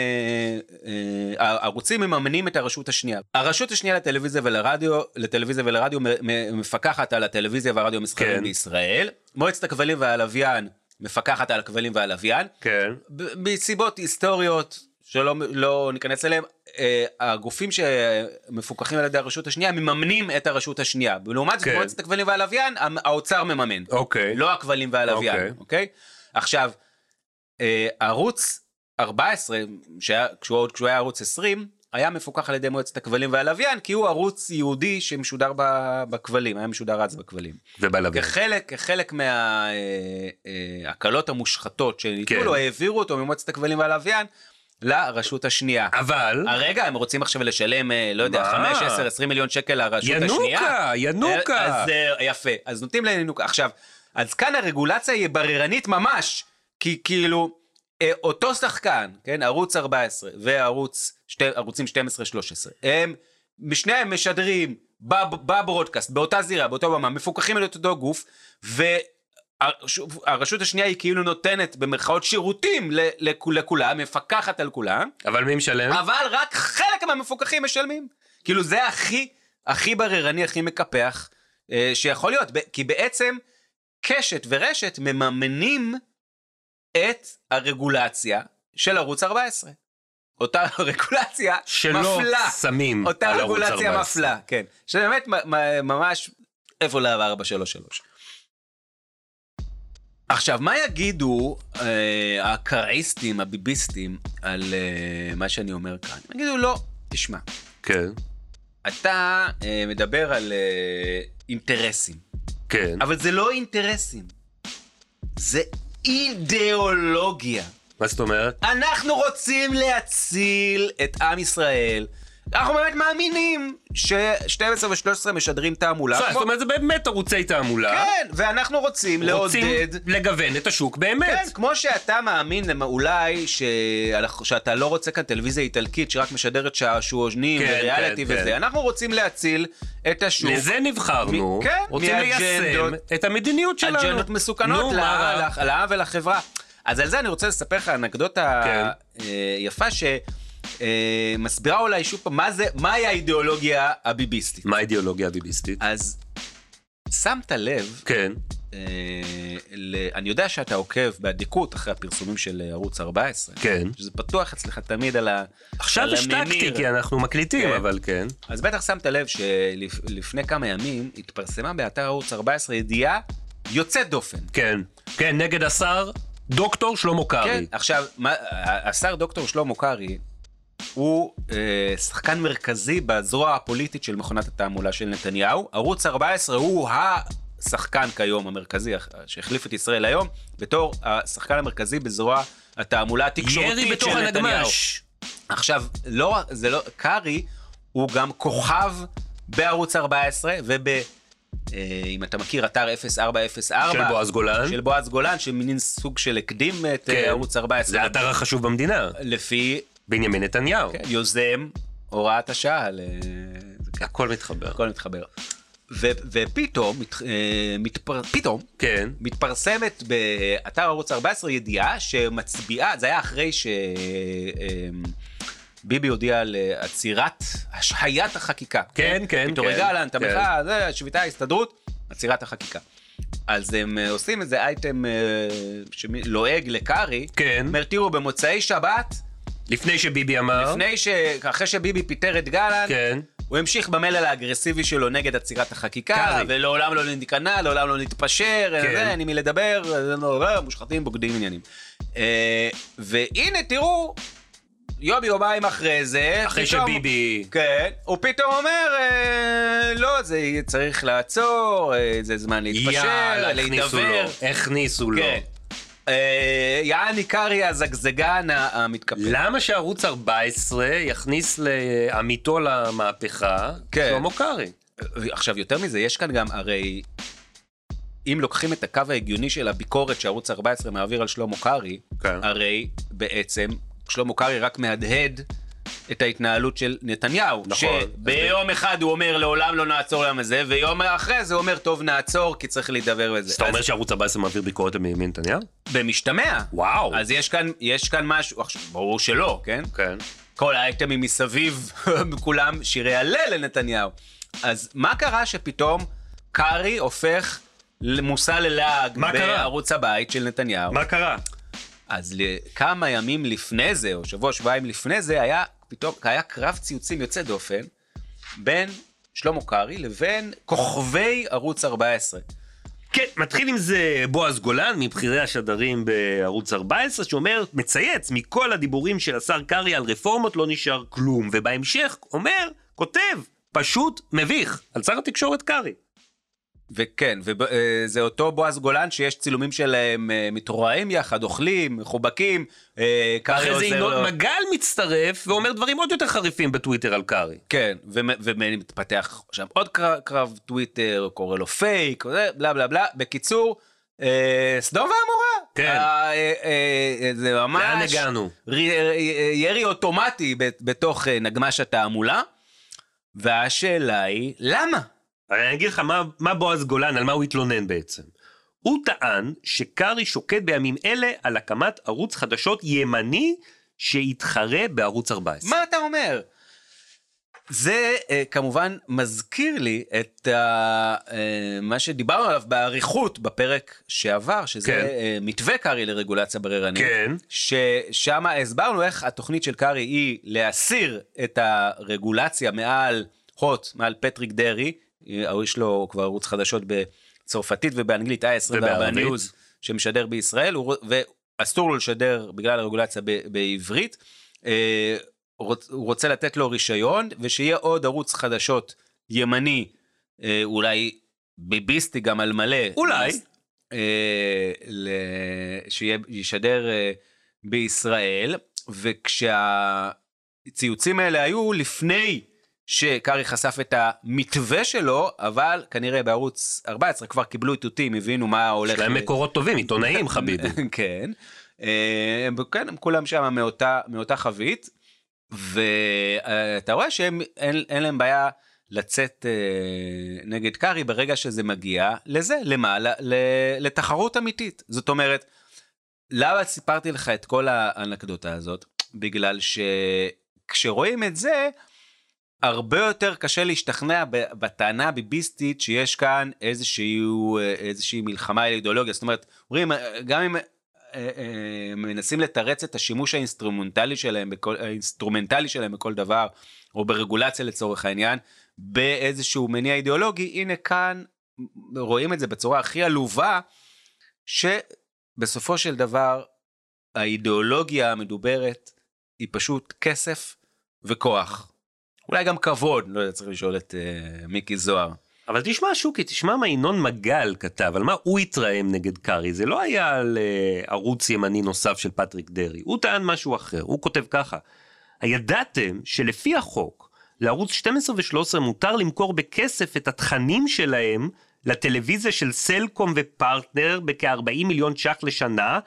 S2: אה, הערוצים מממנים את הרשות השנייה. הרשות השנייה לטלוויזיה ולרדיו, לטלוויזיה ולרדיו מ- מ- מפקחת על הטלוויזיה והרדיו המסחריים
S5: כן.
S2: בישראל. מועצת הכבלים והלוויין מפקחת על הכבלים והלוויין.
S5: כן.
S2: ב- מסיבות היסטוריות שלא לא ניכנס אליהן, אה, הגופים שמפוקחים על ידי הרשות השנייה מממנים את הרשות השנייה. ולעומת זאת
S5: כן.
S2: מועצת הכבלים והלוויין, המ- האוצר מממן.
S5: אוקיי.
S2: לא הכבלים והלוויין,
S5: אוקיי.
S2: אוקיי? עכשיו, אה, ערוץ 14, שהיה, כשהוא, עוד- כשהוא היה ערוץ 20, היה מפוקח על ידי מועצת הכבלים והלוויין, כי הוא ערוץ יהודי שמשודר ב- בכבלים, היה משודר אז בכבלים. כן.
S5: ובלוויין.
S2: כחלק, כחלק מההקלות המושחתות שניתנו
S5: כן.
S2: לו, העבירו אותו ממועצת הכבלים והלוויין לרשות השנייה.
S5: אבל,
S2: הרגע הם רוצים עכשיו לשלם, אה, לא יודע,
S5: אה? מה?
S2: 5, 10, 20 מיליון שקל לרשות השנייה.
S5: ינוקה, ינוקה.
S2: אז אה, יפה, אז נותנים לינוקה. עכשיו, אז כאן הרגולציה היא בררנית ממש, כי כאילו, אה, אותו שחקן, כן, ערוץ 14 וערוץ, שתי, ערוצים 12-13, הם, שניהם משדרים בב- בברודקאסט, באותה זירה, באותה במה, מפוקחים על אותו גוף, והרשות השנייה היא כאילו נותנת במרכאות שירותים ל- לכו- לכולם, מפקחת על כולם,
S5: אבל מי משלם?
S2: אבל רק חלק מהמפוקחים משלמים. כאילו זה הכי, הכי בררני, הכי מקפח אה, שיכול להיות, ב- כי בעצם קשת ורשת מממנים את הרגולציה של ערוץ 14. אותה רגולציה
S5: שלא
S2: מפלה.
S5: שמים על ערוץ
S2: אותה
S5: 14.
S2: רגולציה מפלה, כן. שבאמת מ- מ- ממש, איפה להב 433. עכשיו, מה יגידו אה, הקראיסטים, הביביסטים, על אה, מה שאני אומר כאן? יגידו, לא, תשמע,
S5: כן,
S2: אתה אה, מדבר על אה, אינטרסים,
S5: כן.
S2: אבל זה לא אינטרסים, זה אידיאולוגיה.
S5: מה זאת אומרת?
S2: אנחנו רוצים להציל את עם ישראל. אנחנו באמת מאמינים ש-12 ו-13 משדרים תעמולה.
S5: זאת אומרת, זה באמת ערוצי תעמולה.
S2: כן, ואנחנו רוצים
S5: רוצים
S2: כן, לעודד...
S5: לגוון את השוק
S2: כן,
S5: באמת.
S2: כמו שאתה מאמין למ- אולי שאנחנו- שאתה לא רוצה כאן טלוויזיה איטלקית שרק משדרת שעשועונים
S5: כן,
S2: וריאליטי
S5: כן, כן.
S2: וזה. אנחנו רוצים להציל את השוק.
S5: לזה נבחרנו,
S2: מ- כן,
S5: רוצים ליישם
S2: מאג'נדות-
S5: את המדיניות שלנו.
S2: אג'נדות מסוכנות
S5: נו,
S2: לה-
S5: מה רע?
S2: לה- לעם ולחברה. אז על זה אני רוצה לספר לך אנקדוטה
S5: כן.
S2: אה, יפה שמסבירה אולי שוב פעם מה זה, מהי האידיאולוגיה הביביסטית.
S5: מה האידיאולוגיה הביביסטית?
S2: אז שמת לב,
S5: כן,
S2: אה, ל- אני יודע שאתה עוקב באדיקות אחרי הפרסומים של אה, ערוץ 14,
S5: כן.
S2: שזה פתוח אצלך תמיד על ה...
S5: עכשיו
S2: על
S5: השתקתי
S2: המניר.
S5: כי אנחנו מקליטים,
S2: כן.
S5: אבל כן.
S2: אז בטח שמת לב שלפני כמה ימים התפרסמה באתר ערוץ 14 ידיעה יוצאת דופן.
S5: כן. כן, נגד השר, דוקטור שלמה
S2: כן,
S5: קרעי.
S2: עכשיו, מה, השר דוקטור שלמה קרעי הוא אה, שחקן מרכזי בזרוע הפוליטית של מכונת התעמולה של נתניהו. ערוץ 14 הוא השחקן כיום המרכזי הח- שהחליף את ישראל היום, בתור השחקן המרכזי בזרוע התעמולה
S5: ירי
S2: התקשורתית
S5: בתוך
S2: של נתניהו.
S5: הנגמש.
S2: עכשיו, לא, רק- זה לא, קרעי הוא גם כוכב בערוץ 14 וב... אה, אם אתה מכיר, אתר 0404.
S5: של בועז גולן.
S2: של בועז גולן, שמין סוג של הקדים את
S5: כן.
S2: אה, ערוץ 14.
S5: זה האתר החשוב במדינה,
S2: לפי
S5: בנימין נתניהו.
S2: כן, יוזם הוראת השעה, ל- זה כ-
S5: הכל מתחבר.
S2: הכל מתחבר. ו- ופתאום, מת- אה, מתפר- פתאום,
S5: כן,
S2: מתפרסמת באתר ערוץ 14 ידיעה שמצביעה, זה היה אחרי שביבי הודיע על אה, עצירת השהיית החקיקה.
S5: כן, כן,
S2: פתאום
S5: כן,
S2: גלנט,
S5: כן.
S2: המחאה, זה, השביתה, ההסתדרות, עצירת החקיקה. אז הם אה, עושים איזה אייטם אה, שלועג לקרעי.
S5: כן. אה?
S2: אומר, תראו, במוצאי שבת,
S5: לפני שביבי אמר.
S2: לפני ש... אחרי שביבי פיטר את גלנט,
S5: כן.
S2: הוא המשיך במלל האגרסיבי שלו נגד עצירת החקיקה,
S5: קרעי.
S2: ולעולם לא ניכנע, לעולם לא נתפשר,
S5: כן.
S2: זה, אין עם מי לדבר, זה נורא, מושחתים, בוגדים עניינים. אה, והנה, תראו, יום יומיים אחרי זה,
S5: אחרי
S2: פתאום-
S5: שביבי...
S2: כן, הוא פתאום אומר, אה, לא, זה יהיה- צריך לעצור, אה, זה זמן להתפשר,
S5: יאללה, הכניסו לו. לא.
S2: להידבר.
S5: הכניסו לו.
S2: כן. אה, יעני קרעי הזגזגן המתקפל.
S5: למה שערוץ 14 יכניס לעמיתו למהפכה
S2: כן.
S5: שלמה קרעי?
S2: עכשיו, יותר מזה, יש כאן גם הרי... אם לוקחים את הקו ההגיוני של הביקורת שערוץ 14 מעביר על שלמה קרעי,
S5: כן.
S2: הרי בעצם שלמה קרעי רק מהדהד את ההתנהלות של נתניהו.
S5: נכון.
S2: שביום אחד הוא אומר לעולם לא נעצור למה זה, ויום אחרי זה הוא אומר טוב נעצור כי צריך להידבר בזה.
S5: אז אתה אומר
S2: אז
S5: שערוץ 14 מעביר ביקורת לבנימין נתניהו?
S2: במשתמע.
S5: וואו.
S2: אז יש כאן, יש כאן משהו, עכשיו, ברור שלא, כן?
S5: כן.
S2: כל האייטמים מסביב, כולם שירי הלל לנתניהו. אז מה קרה שפתאום קרעי הופך למושא ללעג
S1: מה קרה?
S2: בערוץ הבית של נתניהו?
S1: מה קרה?
S2: אז ל- כמה ימים לפני זה, או שבוע, שבועיים לפני זה, היה פתאום, היה קרב ציוצים יוצא דופן בין שלמה קרעי לבין כוכבי ערוץ 14.
S5: כן, מתחיל עם זה בועז גולן, מבכירי השדרים בערוץ 14, שאומר, מצייץ, מכל הדיבורים של השר קרעי על רפורמות לא נשאר כלום, ובהמשך אומר, כותב, פשוט מביך, על שר התקשורת קרעי.
S2: וכן, וזה אותו בועז גולן שיש צילומים שלהם אה, מתרועעים יחד, אוכלים, חובקים, אה, קרעי
S5: אחרי
S2: עוזר
S5: זה
S2: לו.
S5: ינון מגל מצטרף ואומר דברים עוד יותר חריפים בטוויטר על קרעי.
S2: כן, ומ- ומתפתח שם עוד קרב, קרב טוויטר, קורא לו פייק, זה, בלה בלה בלה. בקיצור, אה, סדום ועמורה.
S5: כן.
S2: אה, אה, אה, זה ממש...
S5: לאן הגענו?
S2: ר- אה, אה, ירי אוטומטי ב- בתוך אה, נגמש התעמולה. והשאלה היא, למה?
S5: הרי אני אגיד לך מה, מה בועז גולן, על מה הוא התלונן בעצם. הוא טען שקרעי שוקד בימים אלה על הקמת ערוץ חדשות ימני שיתחרה בערוץ 14.
S2: מה אתה אומר? זה אה, כמובן מזכיר לי את ה, אה, מה שדיברנו עליו באריכות בפרק שעבר, שזה
S5: כן.
S2: כן. אה, מתווה קרעי לרגולציה בררנית.
S5: כן.
S2: ששם הסברנו איך התוכנית של קרעי היא להסיר את הרגולציה מעל הוט, מעל פטריק דרעי, אה, יש לו כבר ערוץ חדשות בצרפתית ובאנגלית, אה, i24
S5: ובערבית.
S2: ניוז, שמשדר בישראל, הוא רוצ- ואסור לו לשדר בגלל הרגולציה ב- בעברית. אה, רוצ- הוא רוצה לתת לו רישיון, ושיהיה עוד ערוץ חדשות ימני, אה, אולי ביביסטי גם על מלא.
S5: אולי.
S2: אה, ל- שישדר אה, בישראל, וכשהציוצים האלה היו לפני שקרעי חשף את המתווה שלו, אבל כנראה בערוץ 14 כבר קיבלו איתותים, הבינו מה הולך...
S5: יש להם
S2: ל-
S5: מקורות טובים, עיתונאים חביבי.
S2: כן. אה, הם, כן, הם כולם שם מאותה, מאותה חבית, ואתה רואה שהם, אין, אין להם בעיה לצאת אה, נגד קארי ברגע שזה מגיע לזה, למה? ל, ל, לתחרות אמיתית. זאת אומרת, למה סיפרתי לך את כל האנקדוטה הזאת? בגלל שכשרואים את זה, הרבה יותר קשה להשתכנע ב- בטענה הביביסטית שיש כאן איזשהו, אה, איזושהי מלחמה על אידיאולוגיה. זאת אומרת, אומרים, אה, גם אם אה, אה, מנסים לתרץ את השימוש האינסטרומנטלי שלהם בכל, האינסטרומנטלי שלהם בכל דבר, או ברגולציה לצורך העניין, באיזשהו מניע אידיאולוגי, הנה כאן רואים את זה בצורה הכי עלובה, שבסופו של דבר האידיאולוגיה המדוברת היא פשוט כסף וכוח. אולי גם כבוד, לא יודע, צריך לשאול את אה, מיקי זוהר.
S5: אבל תשמע שוקי, תשמע מה ינון מגל כתב, על מה הוא התרעם נגד קארי, זה לא היה על אה, ערוץ ימני נוסף של פטריק דרעי, הוא טען משהו אחר, הוא כותב ככה, הידעתם שלפי החוק, לערוץ 12 ו-13 מותר למכור בכסף את התכנים שלהם לטלוויזיה של סלקום ופרטנר בכ-40 מיליון ש"ח לשנה,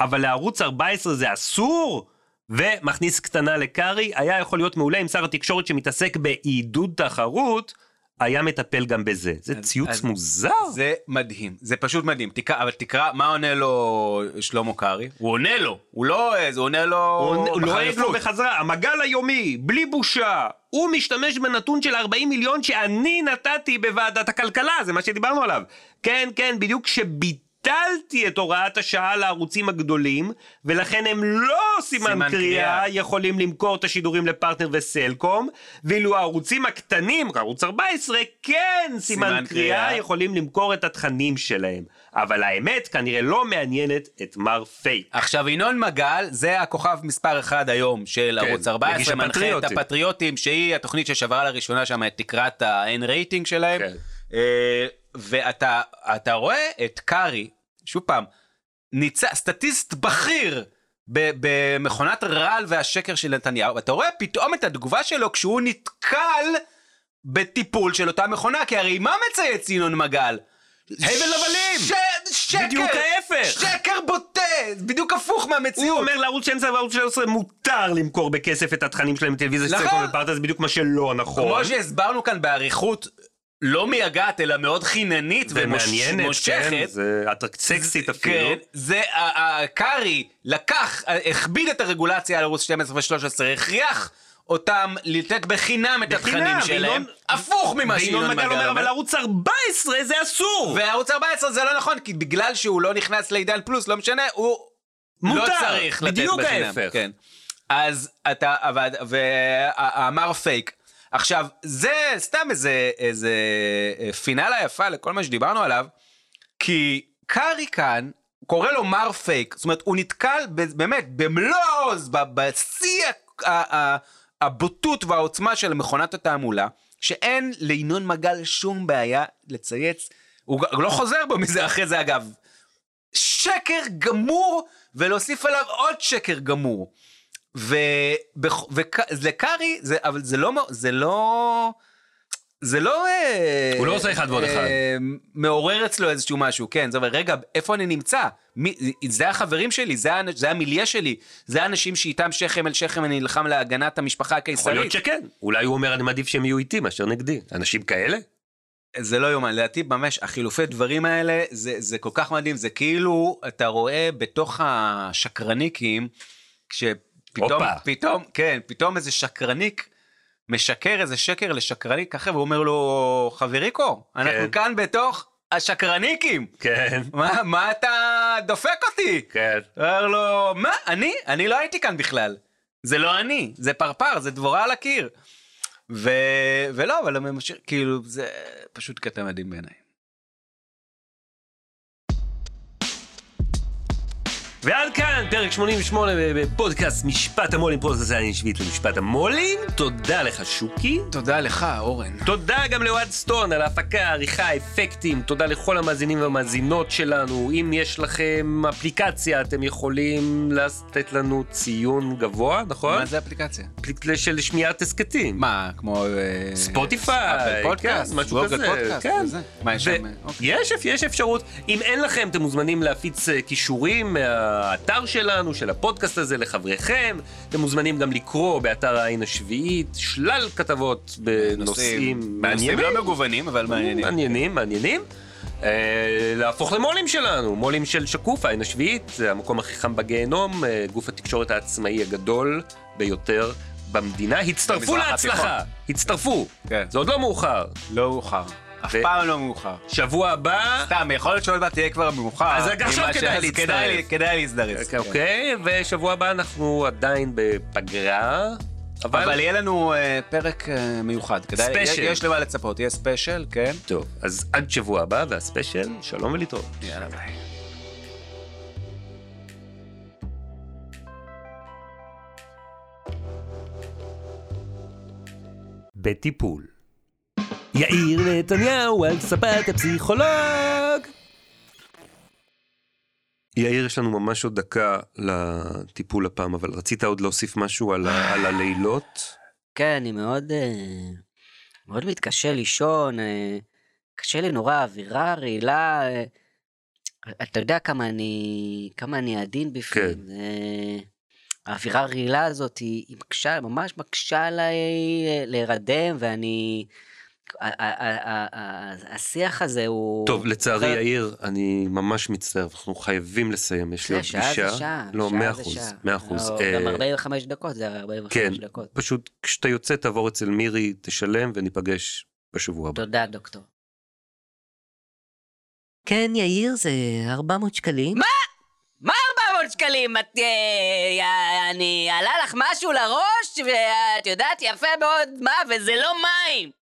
S5: אבל לערוץ 14 זה אסור? ומכניס קטנה לקארי, היה יכול להיות מעולה אם שר התקשורת שמתעסק בעידוד תחרות, היה מטפל גם בזה. זה
S2: אז-
S5: ציוץ
S2: אז-
S5: מוזר.
S2: זה מדהים, זה פשוט מדהים. תקרא, אבל תקרא, מה עונה לו שלמה קרעי? הוא עונה לו, הוא לא איזה, הוא עונה לו
S5: הוא הוא לועג לו
S2: בחריפות.
S5: בחזרה, המגל היומי, בלי בושה. הוא משתמש בנתון של 40 מיליון שאני נתתי בוועדת הכלכלה, זה מה שדיברנו עליו. כן, כן, בדיוק כשביטלתי את הוראת השעה לערוצים הגדולים, ולכן הם לא סימן,
S2: סימן
S5: סימן קריאה,
S2: קריאה.
S5: יכולים למכור את השידורים לפרטנר וסלקום, ואילו הערוצים הקטנים, ערוץ 14, כן סימן,
S2: סימן
S5: סימן
S2: קריאה.
S5: קריאה, יכולים למכור את התכנים שלהם. אבל האמת כנראה לא מעניינת את מר פייק.
S2: עכשיו ינון מגל זה הכוכב מספר אחד היום של
S5: כן,
S2: ערוץ 14,
S5: מגיש
S2: מנחה את
S5: הפטריוטים.
S2: הפטריוטים, שהיא התוכנית ששברה לראשונה שם את תקרת ה-N רייטינג שלהם.
S5: כן.
S2: אה, ואתה אתה רואה את קארי, שוב פעם, ניצ... סטטיסט בכיר ב- במכונת רעל והשקר של נתניהו, ואתה רואה פתאום את התגובה שלו כשהוא נתקל בטיפול של אותה מכונה, כי הרי מה מצייץ ינון מגל? הבל הבלים! שקר!
S5: בדיוק ההפך.
S2: שקר בוטה! בדיוק הפוך
S5: הוא
S2: מהמציאות.
S5: אומר לערוץ 12 וערוץ 13 מותר למכור בכסף את התכנים שלהם בטלוויזיה של
S2: נכון.
S5: סלקום ופרטה, זה בדיוק מה שלא נכון.
S2: כמו שהסברנו כאן באריכות לא מייגעת, אלא מאוד חיננית
S5: ומעניינת, כן,
S2: ומושכת.
S5: זה אטרק- סקסית אפילו.
S2: כן, זה ה- ה- קארי לקח, הכביד את הרגולציה על ערוץ 12 ו-13, הכריח אותם לתת בחינם את
S5: בחינם,
S2: התכנים שלהם,
S5: וינון-
S2: הפוך ממה שינון מגל אומר.
S5: אבל ערוץ 14 זה אסור!
S2: וערוץ 14 זה לא נכון, כי בגלל שהוא לא נכנס לעידן פלוס, לא משנה, הוא
S5: מותר,
S2: לא צריך לתת
S5: בדיוק
S2: בחינם.
S5: ההפך.
S2: כן. אז אתה, אבל, ואמר פייק. עכשיו, זה סתם איזה, איזה אה, פינאלה יפה לכל מה שדיברנו עליו, כי קארי כאן קורא לו מר פייק, זאת אומרת, הוא נתקל ב- באמת במלוא העוז, ב- בשיא ה- ה- ה- הבוטות והעוצמה של מכונת התעמולה, שאין לינון מגל שום בעיה לצייץ, הוא ג- הוא לא חוזר בו מזה אחרי זה אגב, שקר גמור, ולהוסיף עליו עוד שקר גמור. ולקארי, זה, אבל זה לא, מ- זה לא, זה לא... אה,
S5: הוא לא עושה אחד ועוד
S2: אה,
S5: אחד.
S2: מעורר אצלו איזשהו משהו, כן, זה אומר, רגע, איפה אני נמצא? מי, זה החברים שלי, זה, האנ- זה המיליה שלי, זה האנשים שאיתם שכם אל שכם אני נלחם להגנת המשפחה
S5: יכול להיות
S2: הקיסרית.
S5: שכן. אולי הוא אומר, אני מעדיף שהם יהיו איתי מאשר נגדי. אנשים כאלה?
S2: זה לא יאומן, לדעתי ממש, החילופי דברים האלה, זה, זה כל כך מדהים, זה כאילו, אתה רואה בתוך השקרניקים, כשפתאום,
S5: הופה.
S2: פתאום, כן, פתאום איזה שקרניק משקר איזה שקר לשקרניק אחר, והוא אומר לו, חברי קור, אנחנו
S5: כן.
S2: כאן בתוך השקרניקים,
S5: כן.
S2: מה, מה אתה דופק אותי?
S5: כן.
S2: אומר לו, מה, אני? אני לא הייתי כאן בכלל. זה לא אני, זה פרפר, זה דבורה על הקיר. ו... ולא, אבל הם ממשיך, כאילו, זה פשוט קטע מדהים בעיניי.
S5: ועד כאן, פרק 88 בפודקאסט משפט המו"לים, פודקאסט אני שביט למשפט המו"לים. תודה לך, שוקי.
S2: תודה לך, אורן.
S5: תודה גם לאוהד סטון על ההפקה, העריכה, האפקטים, תודה לכל המאזינים והמאזינות שלנו. אם יש לכם אפליקציה, אתם יכולים לתת לנו ציון גבוה, נכון?
S2: מה זה אפליקציה?
S5: פל- של שמיעת הסכתים.
S2: מה, כמו... אה,
S5: ספוטיפיי,
S2: אפל פודקאסט,
S5: כן, משהו
S2: גוגל
S5: כזה,
S2: פודקאסט,
S5: כן.
S2: וזה. מה יש שם?
S5: ו-
S2: אוקיי.
S5: יש, יש אפשרות, אם אין לכם, אתם מוזמנים להפיץ אה, כישורים מהאתר שלנו, של הפודקאסט הזה, לחבריכם. אתם מוזמנים גם לקרוא באתר העין השביעית שלל כתבות בנושאים
S2: נושאים
S5: מעניינים.
S2: לא מגוונים, אבל מעניינים.
S5: מעניינים, מעניינים. אה, להפוך למו"לים שלנו, מו"לים של שקוף, העין השביעית, זה המקום הכי חם בגיהנום, אה, גוף התקשורת העצמאי הגדול ביותר במדינה. הצטרפו
S2: במזרח
S5: להצלחה,
S2: התיכון.
S5: הצטרפו,
S2: כן.
S5: זה עוד לא מאוחר.
S2: לא מאוחר. אף
S5: ו-
S2: פעם לא מאוחר.
S5: שבוע הבא,
S2: סתם, יכול להיות שעוד מעט תהיה כבר מאוחר.
S5: אז
S2: עם
S5: עכשיו
S2: מה ש-
S5: כדאי
S2: אז
S5: להצטרף.
S2: כדאי לי- כדאי להזדרז. כן.
S5: אוקיי, ושבוע הבא אנחנו עדיין בפגרה,
S2: אבל
S5: אבל...
S2: יהיה לנו אה, פרק אה, מיוחד. כדאי-
S5: ספיישל.
S2: יש למה לצפות, יהיה ספיישל, כן.
S5: טוב, אז עד שבוע הבא והספיישל, שלום ולהתראות.
S2: יאללה ביי.
S5: בטיפול. יאיר נתניהו על ספת הפסיכולוג! יאיר, יש לנו ממש עוד דקה לטיפול הפעם, אבל רצית עוד להוסיף משהו על, ה- על הלילות?
S7: כן, אני מאוד, אה, מאוד מתקשה לישון, אה, קשה לי נורא, אווירה רעילה. אה, אתה יודע כמה אני, כמה אני עדין בפנים.
S5: כן.
S7: אה, האווירה הרעילה הזאת היא היא מקשה, ממש מקשה עליי אה, להירדם, ואני... ה- ה- ה- ה- ה- השיח הזה הוא...
S5: טוב, לצערי,
S7: אחרת.
S5: יאיר, אני ממש מצטער, אנחנו חייבים לסיים, יש לי עוד
S7: שעה זה
S5: פגישה.
S7: שעה,
S5: לא,
S7: שעה
S5: מאה
S7: זה
S5: אחוז,
S7: שעה.
S5: מאה אחוז.
S7: לא,
S5: אה,
S7: גם 45 דקות זה הרי 45
S5: כן.
S7: דקות.
S5: פשוט כשאתה יוצא, תעבור אצל מירי, תשלם וניפגש בשבוע הבא.
S7: תודה, דוקטור. כן, יאיר, זה 400 שקלים. מה? מה 400 שקלים? את... אה, אה, אני... עלה לך משהו לראש, ואת יודעת יפה מאוד מה, וזה לא מים.